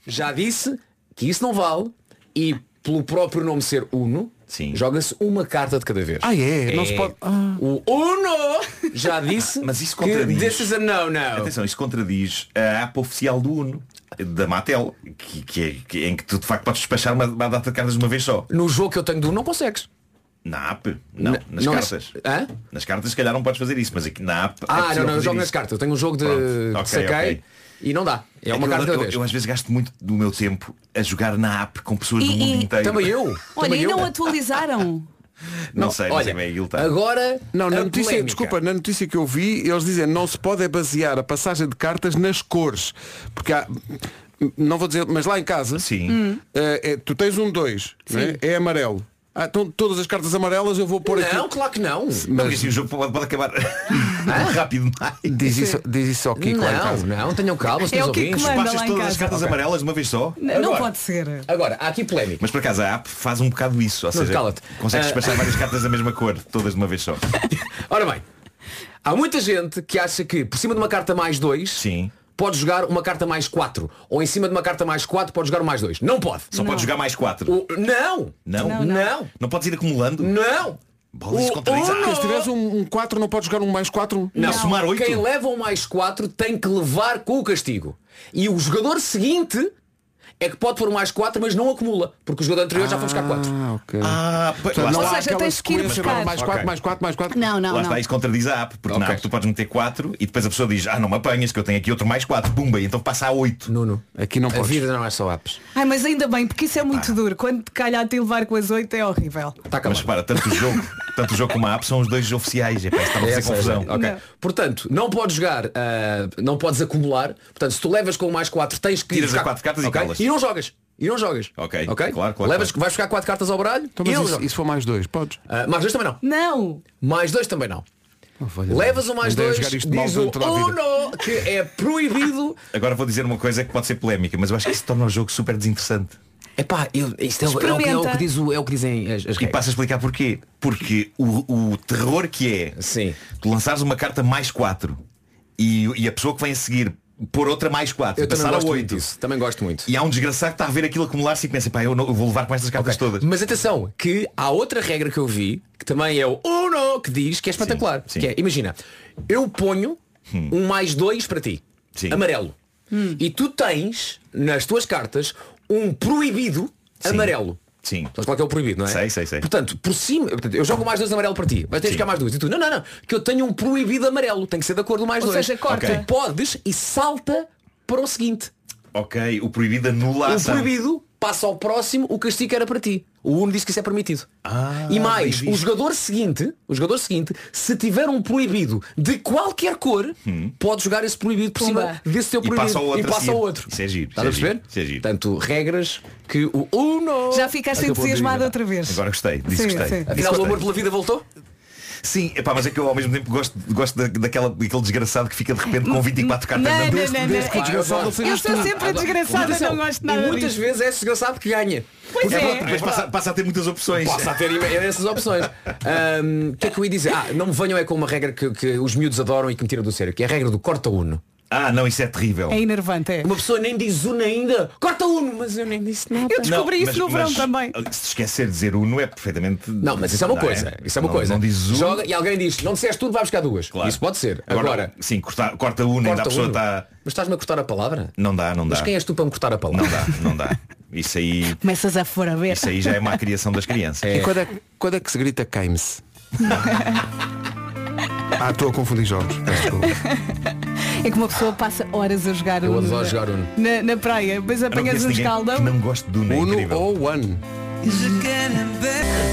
[SPEAKER 7] já disse que isso não vale e pelo próprio nome ser Uno,
[SPEAKER 12] Sim.
[SPEAKER 7] joga-se uma carta de cada vez.
[SPEAKER 1] Ah, é? Não se pode- Ah.
[SPEAKER 7] O Uno já disse
[SPEAKER 12] (laughs) Mas isso
[SPEAKER 7] que
[SPEAKER 12] contradiz.
[SPEAKER 7] this is a no-no.
[SPEAKER 12] Atenção, isso contradiz a app oficial do Uno, da Matel, que, que é- que- em que tu de facto podes despachar uma, uma data de cartas de uma vez só.
[SPEAKER 7] No jogo que eu tenho do Uno não consegues.
[SPEAKER 12] Na app? Não,
[SPEAKER 7] Na-
[SPEAKER 12] nas
[SPEAKER 7] não- é?
[SPEAKER 12] cartas.
[SPEAKER 7] Hã?
[SPEAKER 12] Nas cartas se calhar não podes fazer isso, mas aqui na app. é
[SPEAKER 7] Ah,
[SPEAKER 12] possível
[SPEAKER 7] não, não, eu
[SPEAKER 12] fazer
[SPEAKER 7] jogo nas
[SPEAKER 12] isso.
[SPEAKER 7] cartas. Eu tenho um jogo de,
[SPEAKER 12] Pronto,
[SPEAKER 7] de
[SPEAKER 12] ok,
[SPEAKER 7] saquei
[SPEAKER 12] ok.
[SPEAKER 7] e não dá. É uma
[SPEAKER 12] eu,
[SPEAKER 7] carta cada
[SPEAKER 12] eu,
[SPEAKER 7] vez.
[SPEAKER 12] eu às vezes gasto muito do meu tempo a jogar na app com pessoas do
[SPEAKER 2] E-
[SPEAKER 12] mundo
[SPEAKER 2] e-
[SPEAKER 12] inteiro.
[SPEAKER 7] Também eu.
[SPEAKER 2] Olha,
[SPEAKER 7] também
[SPEAKER 2] e
[SPEAKER 7] eu.
[SPEAKER 2] não atualizaram.
[SPEAKER 12] Não, sei, não sei como é que ele está.
[SPEAKER 7] Agora,
[SPEAKER 1] Não, na
[SPEAKER 7] a
[SPEAKER 1] notícia,
[SPEAKER 7] é polémica.
[SPEAKER 1] desculpa, na notícia que eu vi, eles dizem não se pode é basear a passagem de cartas nas cores. Porque há. Não vou dizer, mas lá em casa
[SPEAKER 12] Sim.
[SPEAKER 7] Hum.
[SPEAKER 1] eh, é- tu tens um 2, é? é amarelo. Ah, então todas as cartas amarelas eu vou pôr aqui.
[SPEAKER 7] Não, claro que não.
[SPEAKER 12] Não, porque assim o jogo pode, pode acabar (laughs) rápido demais.
[SPEAKER 1] Diz isso, diz isso ao Kiko lá em
[SPEAKER 7] Não,
[SPEAKER 1] casa.
[SPEAKER 7] não, tenham calma, senhores
[SPEAKER 2] É o Kiko
[SPEAKER 7] ouvintes.
[SPEAKER 2] Manda lá
[SPEAKER 12] Baixas
[SPEAKER 2] em
[SPEAKER 12] todas as
[SPEAKER 2] casa.
[SPEAKER 12] cartas
[SPEAKER 7] Ok.
[SPEAKER 12] amarelas de uma vez só.
[SPEAKER 2] N- Não
[SPEAKER 7] Agora.
[SPEAKER 2] pode ser.
[SPEAKER 7] Agora, há aqui polémica.
[SPEAKER 12] Mas por acaso a app faz um bocado isso. Ou
[SPEAKER 7] Não,
[SPEAKER 12] seja,
[SPEAKER 7] cala-te.
[SPEAKER 12] consegues
[SPEAKER 7] Ah.
[SPEAKER 12] despachar várias cartas da mesma cor, todas de
[SPEAKER 7] (laughs)
[SPEAKER 12] uma vez só.
[SPEAKER 7] Ora bem, há muita gente que acha que por cima de uma carta mais dois
[SPEAKER 12] Sim.
[SPEAKER 7] pode jogar uma carta mais quatro Ou em cima de uma carta mais quatro pode jogar um mais dois Não pode.
[SPEAKER 12] Só podes jogar mais quatro.
[SPEAKER 7] O- Não!
[SPEAKER 12] Não?
[SPEAKER 7] Não! Não!
[SPEAKER 12] Não podes ir acumulando? Bola, isso
[SPEAKER 7] O-
[SPEAKER 12] contradiz.
[SPEAKER 7] o-
[SPEAKER 1] Mas se tiveres um 4 não podes jogar um mais 4?
[SPEAKER 7] Não.
[SPEAKER 12] Somar oito?
[SPEAKER 7] Quem leva o mais 4 tem que levar com o castigo. E o jogador seguinte é que pode pôr o mais 4, mas não acumula. Porque o jogador anterior já foi buscar 4.
[SPEAKER 1] Ah, ok.
[SPEAKER 12] Ah, pois,
[SPEAKER 1] Portanto,
[SPEAKER 12] lá
[SPEAKER 1] não
[SPEAKER 2] Ou
[SPEAKER 12] está.
[SPEAKER 1] há
[SPEAKER 2] seja,
[SPEAKER 1] aquela
[SPEAKER 2] tens que ir
[SPEAKER 1] sequência,
[SPEAKER 2] buscar.
[SPEAKER 1] mais 4,
[SPEAKER 7] Ok.
[SPEAKER 1] mais 4, mais 4.
[SPEAKER 2] Não, não,
[SPEAKER 12] Lá
[SPEAKER 2] não.
[SPEAKER 12] está, isso contradiz a app, porque na
[SPEAKER 7] Ok.
[SPEAKER 12] app tu podes meter 4 e depois a pessoa diz, ah não me apanhas, que eu tenho aqui outro mais 4, pumba, e então passa a 8.
[SPEAKER 7] Nuno,
[SPEAKER 1] Aqui não
[SPEAKER 7] a
[SPEAKER 1] podes.
[SPEAKER 7] vida não é só apps.
[SPEAKER 2] Ai, mas ainda bem, porque isso é muito duro. Quando te calhar te levar com as oito é horrível.
[SPEAKER 7] Está
[SPEAKER 12] Mas
[SPEAKER 7] Tá acabado.
[SPEAKER 12] repara, tanto o jogo, tanto o jogo como a app são os dois oficiais, é para estar a
[SPEAKER 7] É
[SPEAKER 12] fazer
[SPEAKER 7] essa,
[SPEAKER 12] confusão.
[SPEAKER 7] é essa. Ok.
[SPEAKER 2] Não.
[SPEAKER 7] Portanto, não podes jogar, ah, não podes acumular. Portanto, se tu levas com o mais 4, tens que
[SPEAKER 12] Tiras
[SPEAKER 7] buscar-
[SPEAKER 12] a quatro cartas e
[SPEAKER 7] Ok?
[SPEAKER 12] calas.
[SPEAKER 7] E não jogas. e não jogas.
[SPEAKER 12] Ok.
[SPEAKER 7] Ok?
[SPEAKER 12] Claro, claro.
[SPEAKER 7] Levas,
[SPEAKER 12] claro.
[SPEAKER 7] vais buscar quatro cartas ao baralho
[SPEAKER 1] Então,
[SPEAKER 7] e
[SPEAKER 1] mas
[SPEAKER 7] ele
[SPEAKER 1] isso,
[SPEAKER 7] joga.
[SPEAKER 1] isso for mais dois, podes?
[SPEAKER 7] Ah, mais dois também não.
[SPEAKER 2] Não!
[SPEAKER 7] Mais dois também não.
[SPEAKER 1] valha-me.
[SPEAKER 7] Levas o mais
[SPEAKER 1] Andei a
[SPEAKER 7] dois,
[SPEAKER 1] jogar
[SPEAKER 7] diz
[SPEAKER 1] isto mal
[SPEAKER 7] o
[SPEAKER 1] durante toda a vida.
[SPEAKER 7] Uno, que é proibido.
[SPEAKER 12] Agora vou dizer uma coisa que pode ser polémica, mas eu acho que isso torna o jogo super desinteressante.
[SPEAKER 7] Epá, eu, isto é, o- é o, que- é o que diz o- é o que dizem as, as
[SPEAKER 12] E
[SPEAKER 7] regras.
[SPEAKER 12] passo a explicar porquê. Porque o, o terror que é tu lançares uma carta mais 4 e, e a pessoa que vem a seguir pôr outra mais 4
[SPEAKER 7] Eu
[SPEAKER 12] e
[SPEAKER 7] também
[SPEAKER 12] passar a
[SPEAKER 7] gosto muito
[SPEAKER 12] 8.
[SPEAKER 7] disso. Também gosto muito.
[SPEAKER 12] E há um desgraçado que está a ver aquilo acumular-se e pensa, pá, eu, não- eu vou levar com estas cartas todas.
[SPEAKER 7] Mas atenção, que há outra regra que eu vi, que também é o Uno, que diz que é espetacular. Que é, imagina, eu ponho um mais dois para ti, amarelo.
[SPEAKER 2] Hum.
[SPEAKER 7] E tu tens, nas tuas cartas, um proibido amarelo.
[SPEAKER 12] Sim.
[SPEAKER 7] Sabes qual é que é o proibido, não é?
[SPEAKER 12] Sei, sei, sei.
[SPEAKER 7] Portanto, por cima, portanto, eu jogo mais dois amarelo para ti, mas tens que ficar mais dois. E tu, não, não, não, que eu tenho um proibido amarelo, tem que ser da cor do mais
[SPEAKER 2] Ou
[SPEAKER 7] dois.
[SPEAKER 2] seja, corta. Ok.
[SPEAKER 7] Podes e salta para o seguinte.
[SPEAKER 12] Ok, o proibido anula a
[SPEAKER 7] O
[SPEAKER 12] ação.
[SPEAKER 7] proibido passa ao próximo o castigo era para ti. O Uno diz que isso é permitido. e mais,
[SPEAKER 12] Ah, bem
[SPEAKER 7] o
[SPEAKER 12] visto.
[SPEAKER 7] jogador seguinte, o jogador seguinte, se tiver um proibido de qualquer cor, pode jogar esse proibido por
[SPEAKER 2] Pumba.
[SPEAKER 7] cima desse teu
[SPEAKER 12] Hum. E
[SPEAKER 7] proibido
[SPEAKER 12] passa ao outro.
[SPEAKER 7] e
[SPEAKER 12] a
[SPEAKER 7] passa
[SPEAKER 12] seguir.
[SPEAKER 7] ao outro.
[SPEAKER 12] Isso é giro.
[SPEAKER 7] Estás a
[SPEAKER 12] isso é
[SPEAKER 7] perceber?
[SPEAKER 12] giro, Isso é giro.
[SPEAKER 7] Portanto, regras que o Uno.
[SPEAKER 2] Já ficaste
[SPEAKER 7] Acabou de
[SPEAKER 2] entusiasmado
[SPEAKER 7] inventar.
[SPEAKER 2] outra vez.
[SPEAKER 12] Agora gostei, disse
[SPEAKER 2] Sim,
[SPEAKER 12] gostei.
[SPEAKER 2] sim.
[SPEAKER 12] Disse
[SPEAKER 7] Afinal, o
[SPEAKER 12] gostei.
[SPEAKER 7] amor pela vida voltou?
[SPEAKER 12] Sim, epá, mas é que eu ao mesmo tempo gosto, gosto da, daquela, daquele desgraçado que fica de repente
[SPEAKER 7] É,
[SPEAKER 12] com 24 cartas
[SPEAKER 2] Não,
[SPEAKER 12] na mão.
[SPEAKER 2] não, não, não. É que Eu sou sempre a desgraçada, não gosto nada
[SPEAKER 7] E muitas
[SPEAKER 2] disso.
[SPEAKER 7] vezes é esse desgraçado que ganha.
[SPEAKER 2] Pois
[SPEAKER 12] É
[SPEAKER 2] é.
[SPEAKER 12] verdade, depois passa, passa a ter muitas opções.
[SPEAKER 7] Passa a ter imen- essas opções. Ahm, O que é que eu ia dizer? Ah, não me venham é com uma regra que, que os miúdos adoram e que me tiram do sério, que é a regra do corta uno.
[SPEAKER 12] Ah, não, isso é terrível.
[SPEAKER 2] É enervante, é.
[SPEAKER 7] Uma pessoa nem diz uno ainda. Corta uno, mas eu nem disse nada.
[SPEAKER 2] Eu descobri
[SPEAKER 12] Não,
[SPEAKER 2] isso no verão também.
[SPEAKER 12] Se esquecer de dizer Uno é perfeitamente.
[SPEAKER 7] Não, mas isso é uma
[SPEAKER 12] Não
[SPEAKER 7] coisa. Isso é uma
[SPEAKER 12] não,
[SPEAKER 7] coisa.
[SPEAKER 12] Não diz Uno.
[SPEAKER 7] Joga e alguém diz, não disseste tudo, vai buscar duas. Isso pode ser. Agora,
[SPEAKER 12] sim, corta, corta Uno, ainda a
[SPEAKER 7] corta
[SPEAKER 12] pessoa
[SPEAKER 7] uno.
[SPEAKER 12] está.
[SPEAKER 7] Mas estás-me a cortar a palavra?
[SPEAKER 12] Não dá, não dá.
[SPEAKER 7] Mas quem és tu para me cortar a palavra?
[SPEAKER 12] Não dá, não dá. Isso aí,
[SPEAKER 2] Começas a fora ver.
[SPEAKER 12] isso aí já é má criação das crianças.
[SPEAKER 1] E quando é, que- quando é que se grita Keynes? ah, estou a confundir jogos. Peço desculpa.
[SPEAKER 2] É que uma pessoa passa horas a jogar
[SPEAKER 7] Eu
[SPEAKER 2] Uno
[SPEAKER 7] adoro
[SPEAKER 2] na-
[SPEAKER 7] jogar Uno.
[SPEAKER 2] Na, na praia, mas
[SPEAKER 12] Eu não
[SPEAKER 2] apanhas
[SPEAKER 12] conheço
[SPEAKER 2] um
[SPEAKER 12] ninguém
[SPEAKER 2] escaldão.
[SPEAKER 12] que Não gosto de Uno, é
[SPEAKER 1] Uno
[SPEAKER 12] incrível.
[SPEAKER 1] ou One.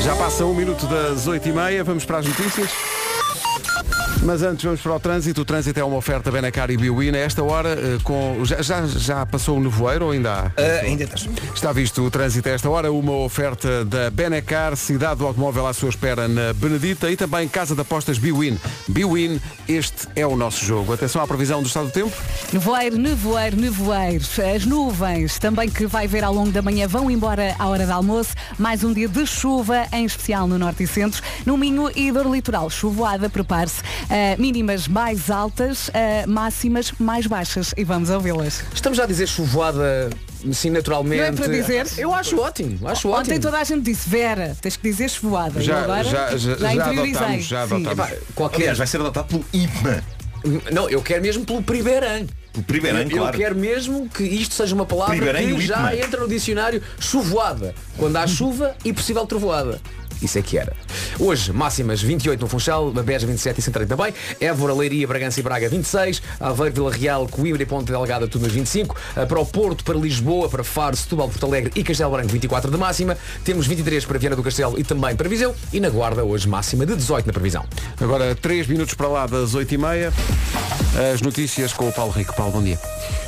[SPEAKER 1] Já passa um minuto das 8h30, vamos para as notícias. Mas antes vamos para o trânsito. O trânsito é uma oferta Benacar e Biwin. A esta hora, eh, com... já, já, já passou o nevoeiro ou ainda há?
[SPEAKER 3] Ah, ainda estás.
[SPEAKER 1] Está visto o trânsito a esta hora, uma oferta da Benacar, cidade do automóvel à sua espera na Benedita e também Casa de Apostas Biwin. Biwin, este é o nosso jogo. Atenção à previsão do estado do tempo.
[SPEAKER 2] Nevoeiro, nevoeiro, nevoeiro. As nuvens também que vai ver ao longo da manhã vão embora à hora do almoço. Mais um dia de chuva, em especial no Norte e Centro, no Minho e Dor Litoral. Chuvoada, prepare-se. Ah, mínimas mais altas, ah, máximas mais baixas. E vamos ouvi-las.
[SPEAKER 7] Estamos já a dizer chuvoada assim naturalmente.
[SPEAKER 2] Não é para dizer?
[SPEAKER 7] Eu acho ótimo, acho ótimo.
[SPEAKER 2] Ontem toda a gente disse, Vera, tens que dizer chuvoada. e
[SPEAKER 1] Já-
[SPEAKER 2] agora
[SPEAKER 1] já- já- já
[SPEAKER 2] interiorizei.
[SPEAKER 1] adotámos, já
[SPEAKER 2] Sim.
[SPEAKER 1] adotámos.
[SPEAKER 7] Epá, qualquer.
[SPEAKER 12] Aliás, vai ser adotado pelo IMA.
[SPEAKER 7] Não, eu quero mesmo pelo Primeirão.
[SPEAKER 12] Pelo primeiro ano,
[SPEAKER 7] Eu
[SPEAKER 12] claro.
[SPEAKER 7] quero mesmo que isto seja uma palavra
[SPEAKER 12] Primeirão
[SPEAKER 7] que
[SPEAKER 12] e
[SPEAKER 7] já
[SPEAKER 12] Whitman.
[SPEAKER 7] entra no dicionário chuvoada. Quando há chuva e possível trovoada. Isso é que era. Hoje, máximas 28 no Funchal, Beja 27 e Santarém também, Évora, Leiria, Bragança e Braga 26, Aveiro, Vila Real, Coimbra e Ponte Delgada tudo nos 25, eh, para o Porto, para Lisboa, para Faro, Setúbal, Porto Alegre e Castelo Branco 24 de máxima, temos 23 para Viana do Castelo e também para Viseu e na Guarda hoje máxima de 18 na previsão.
[SPEAKER 1] Agora, 3 minutos para lá das 8h30. As notícias com o Paulo Rico. Paulo, bom dia.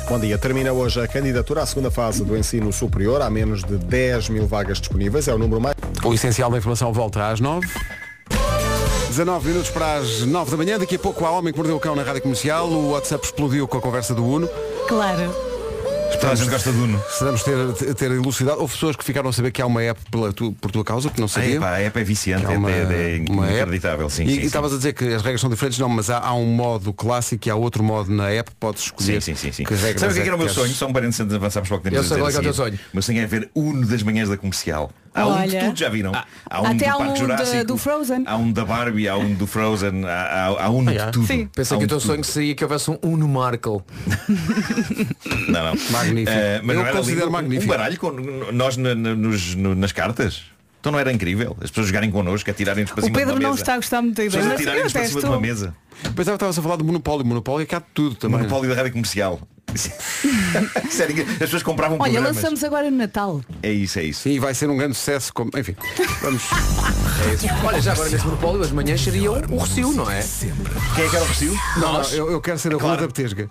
[SPEAKER 4] Bom dia. Termina hoje a candidatura à segunda fase do ensino superior. Há menos de 10 mil vagas disponíveis. É o número mais.
[SPEAKER 1] O essencial da informação volta às 9. 19 minutos para as 9 da manhã. Daqui a pouco há Homem que Mordeu o Cão na Rádio Comercial. O WhatsApp explodiu com a conversa do Uno.
[SPEAKER 2] Claro.
[SPEAKER 12] Toda a gente gosta de Uno.
[SPEAKER 1] Precisamos ter, ter elucidado. Houve pessoas que ficaram a saber que há uma app pela tu- por tua causa, que não
[SPEAKER 12] Ah,
[SPEAKER 1] sabia.
[SPEAKER 12] epá, a app é viciante,
[SPEAKER 1] Que
[SPEAKER 12] é,
[SPEAKER 1] há uma-
[SPEAKER 12] é, é
[SPEAKER 1] uma app.
[SPEAKER 12] inacreditável. Sim,
[SPEAKER 1] e
[SPEAKER 12] sim,
[SPEAKER 1] e
[SPEAKER 12] sim.
[SPEAKER 1] estavas a dizer que as regras são diferentes, não, mas há, há um modo clássico e há outro modo na app, podes
[SPEAKER 12] Sim,
[SPEAKER 1] escolher
[SPEAKER 12] sim, sim, sim.
[SPEAKER 1] que regras
[SPEAKER 12] Sabe o que é
[SPEAKER 1] é
[SPEAKER 12] que era o meu
[SPEAKER 1] queres.
[SPEAKER 12] sonho? Só um parênteses antes de avançarmos para o que temos
[SPEAKER 7] Eu
[SPEAKER 12] a
[SPEAKER 7] sei
[SPEAKER 12] dizer
[SPEAKER 7] qual é que é o
[SPEAKER 12] a
[SPEAKER 7] teu
[SPEAKER 12] seguir.
[SPEAKER 7] sonho.
[SPEAKER 12] O meu sonho é ver Uno das manhãs da comercial. Há um de
[SPEAKER 2] Olha.
[SPEAKER 12] tudo, já viram? Há um
[SPEAKER 2] Até
[SPEAKER 12] do
[SPEAKER 2] há
[SPEAKER 12] Parque
[SPEAKER 2] um
[SPEAKER 12] Jurássico,
[SPEAKER 2] da- do Frozen.
[SPEAKER 12] Há um da Barbie, há um do Frozen, há, há- há um
[SPEAKER 7] Ah, já?
[SPEAKER 12] de tudo.
[SPEAKER 2] Sim.
[SPEAKER 7] Pensei
[SPEAKER 12] Há
[SPEAKER 7] que
[SPEAKER 12] um
[SPEAKER 7] o teu
[SPEAKER 12] de
[SPEAKER 7] sonho
[SPEAKER 12] tudo.
[SPEAKER 7] seria que houvesse um Uno Markle.
[SPEAKER 12] Não, não.
[SPEAKER 1] Magnífico.
[SPEAKER 12] Eh, mas
[SPEAKER 1] Eu
[SPEAKER 12] não era
[SPEAKER 1] considero
[SPEAKER 12] lindo um
[SPEAKER 1] magnífico.
[SPEAKER 12] baralho com nós na- na- nos- no- nas cartas? Então não era incrível? As pessoas jogarem connosco, atirarem-nos para
[SPEAKER 2] O
[SPEAKER 12] cima de uma
[SPEAKER 2] Pedro
[SPEAKER 12] mesa.
[SPEAKER 2] não está a gostar muito da
[SPEAKER 12] As pessoas
[SPEAKER 2] ideia. mas eu
[SPEAKER 12] atirarem-nos para cima de
[SPEAKER 2] testo.
[SPEAKER 12] uma mesa.
[SPEAKER 1] Pensava que estavas a falar do monopólio. Monopólio é que há de tudo
[SPEAKER 12] O
[SPEAKER 1] também.
[SPEAKER 12] monopólio da rádio comercial.
[SPEAKER 2] (laughs)
[SPEAKER 12] Sério, que é, as pessoas compravam
[SPEAKER 2] Olha,
[SPEAKER 12] programas.
[SPEAKER 2] lançamos agora no Natal.
[SPEAKER 12] É isso, é isso.
[SPEAKER 1] Sim, vai ser um grande sucesso. Como... Enfim,
[SPEAKER 12] (laughs)
[SPEAKER 1] vamos.
[SPEAKER 7] Olha, já agora nesse monopólio as manhãs seria um recio, não é?
[SPEAKER 12] Quem é que era o Rocio?
[SPEAKER 1] Não, eu, eu quero ser a Rolanda Betesga.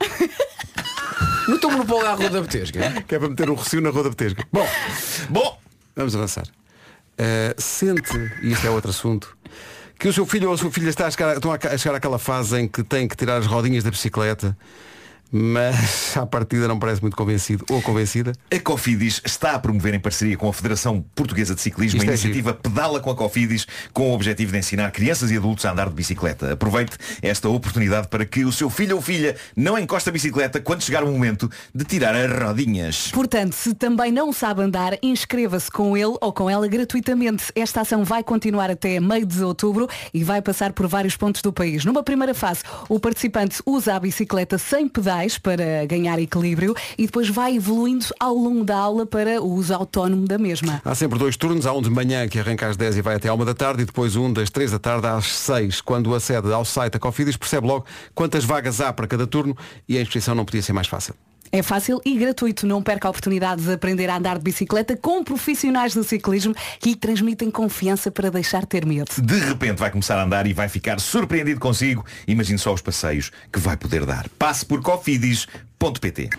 [SPEAKER 7] No teu monopólio à Rua da Betesga.
[SPEAKER 1] Que é para meter o recio na Rua da Betesga. Bom, bom, vamos avançar. Eh, sente, e isto é outro assunto, que o seu filho ou a sua filha está a chegar, estão a ca- a chegar àquela fase em que tem que tirar as rodinhas da bicicleta, mas à partida não parece muito convencido ou convencida.
[SPEAKER 12] A Cofidis está a promover em parceria com a Federação Portuguesa de Ciclismo
[SPEAKER 1] Isto
[SPEAKER 12] a
[SPEAKER 1] é
[SPEAKER 12] iniciativa Pedala com a Cofidis com o objetivo de ensinar crianças e adultos a andar de bicicleta. Aproveite esta oportunidade para que o seu filho ou filha não encoste a bicicleta quando chegar o momento de tirar as rodinhas.
[SPEAKER 2] Portanto, se também não sabe andar, inscreva-se com ele ou com ela gratuitamente. Esta ação vai continuar até meio de outubro e vai passar por vários pontos do país. Numa primeira fase, o participante usa a bicicleta sem pedais para ganhar equilíbrio e depois vai evoluindo ao longo da aula para o uso autónomo da mesma.
[SPEAKER 1] Há sempre dois turnos, há um de manhã que arranca às 10 e vai até à 1 da tarde e depois um das 3 da tarde às 6. Quando acede ao site da Cofidis percebe logo quantas vagas há para cada turno e a inscrição não podia ser mais fácil.
[SPEAKER 2] É fácil e gratuito. Não perca a oportunidade de aprender a andar de bicicleta com profissionais do ciclismo que lhe transmitem confiança para deixar ter medo.
[SPEAKER 12] De repente vai começar a andar e vai ficar surpreendido consigo. Imagine só os passeios que vai poder dar. Passe por cofidis.pt.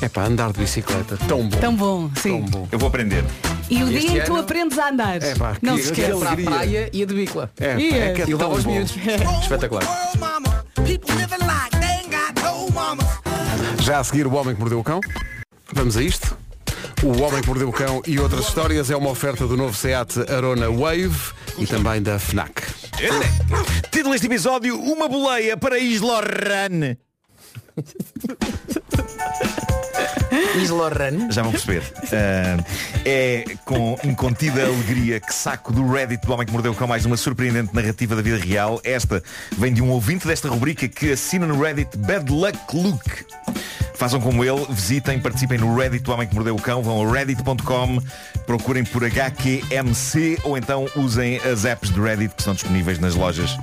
[SPEAKER 1] É para andar de bicicleta, tão bom.
[SPEAKER 2] Tão bom, sim.
[SPEAKER 12] Eu vou aprender.
[SPEAKER 2] E o
[SPEAKER 12] Este
[SPEAKER 2] dia em que tu
[SPEAKER 12] ano-
[SPEAKER 2] aprendes a andar.
[SPEAKER 12] É pá, que-
[SPEAKER 2] não
[SPEAKER 12] que
[SPEAKER 2] se esqueça.
[SPEAKER 12] Para a alegria. praia
[SPEAKER 7] e a de bicla.
[SPEAKER 1] É, pá, é que é
[SPEAKER 7] e levava
[SPEAKER 1] tão
[SPEAKER 7] os
[SPEAKER 1] bom.
[SPEAKER 7] miúdos. Espetacular.
[SPEAKER 1] Já a seguir o Homem que Mordeu o Cão. Vamos a isto. O Homem que Mordeu o Cão e outras histórias é uma oferta do novo SEAT Arona Wave e também da FNAC.
[SPEAKER 12] Título deste episódio, uma boleia para Islorran.
[SPEAKER 7] Islorran.
[SPEAKER 12] (laughs) Já vão perceber. Ah, é com incontida alegria que saco do Reddit do Homem que Mordeu o Cão mais uma surpreendente narrativa da vida real. Esta vem de um ouvinte desta rubrica que assina no Reddit Bad Luck Luke. Façam como ele, visitem, participem no Reddit do Homem que Mordeu o Cão, vão a reddit.com, procurem por HQMC ou então usem as apps de Reddit que são disponíveis nas lojas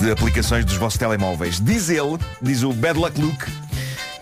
[SPEAKER 12] de aplicações dos vossos telemóveis. Diz ele, diz o Bad Luck Luke,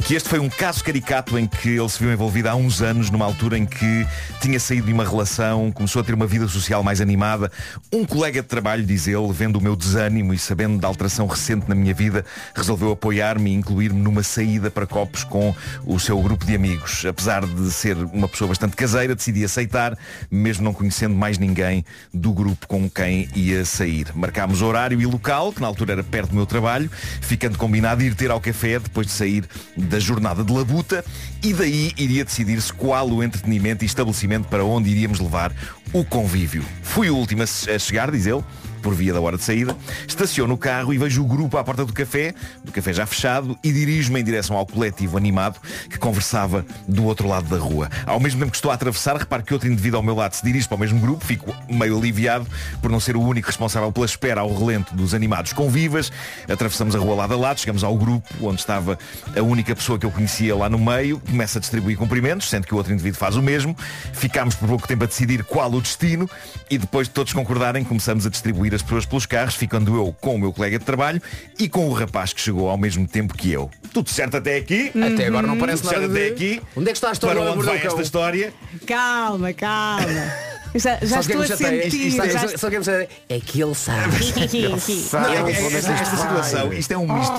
[SPEAKER 12] que este foi um caso caricato em que ele se viu envolvido há uns anos, numa altura em que tinha saído de uma relação, começou a ter uma vida social mais animada. Um colega de trabalho, diz ele, vendo o meu desânimo e sabendo da alteração recente na minha vida, resolveu apoiar-me e incluir-me numa saída para copos com o seu grupo de amigos. Apesar de ser uma pessoa bastante caseira, decidi aceitar, mesmo não conhecendo mais ninguém do grupo com quem ia sair. Marcámos horário e local, que na altura era perto do meu trabalho, ficando combinado ir ter ao café depois de sair da jornada de labuta e daí iria decidir-se qual o entretenimento e estabelecimento para onde iríamos levar o convívio. Fui o último a se- a chegar, diz ele, por via da hora de saída, estaciono o carro e vejo o grupo à porta do café, do café já fechado, e dirijo-me em direção ao coletivo animado que conversava do outro lado da rua. Ao mesmo tempo que estou a atravessar, reparo que outro indivíduo ao meu lado se dirige para o mesmo grupo, fico meio aliviado por não ser o único responsável pela espera ao relento dos animados convivas. Atravessamos a rua lado a lado, chegamos ao grupo onde estava a única pessoa que eu conhecia lá no meio, começa a distribuir cumprimentos, sendo que o outro indivíduo faz o mesmo. Ficámos por pouco tempo a decidir qual o destino e depois de todos concordarem, começamos a distribuir as pessoas pelos carros, ficando eu com o meu colega de trabalho e com o rapaz que chegou ao mesmo tempo que eu. Tudo certo até aqui?
[SPEAKER 7] Até agora não parece
[SPEAKER 12] Tudo
[SPEAKER 7] nada
[SPEAKER 12] certo
[SPEAKER 7] de-
[SPEAKER 12] até aqui.
[SPEAKER 7] Onde é que está a história do
[SPEAKER 12] Para onde
[SPEAKER 7] Homem que
[SPEAKER 12] vai
[SPEAKER 7] Mordeu o
[SPEAKER 12] esta
[SPEAKER 7] Cão?
[SPEAKER 12] história?
[SPEAKER 2] Calma, calma. (laughs) Já, já
[SPEAKER 7] Sabe o que é
[SPEAKER 2] estou
[SPEAKER 7] que
[SPEAKER 2] a
[SPEAKER 7] me chateia? Isto-
[SPEAKER 2] sentir.
[SPEAKER 7] isto-
[SPEAKER 2] já-
[SPEAKER 7] isto- sabe o que é que me chateia? É que ele sabe.
[SPEAKER 2] Ele
[SPEAKER 12] Não,
[SPEAKER 7] Não,
[SPEAKER 12] é- é-
[SPEAKER 7] é-
[SPEAKER 12] é- esta situação, isto é um misto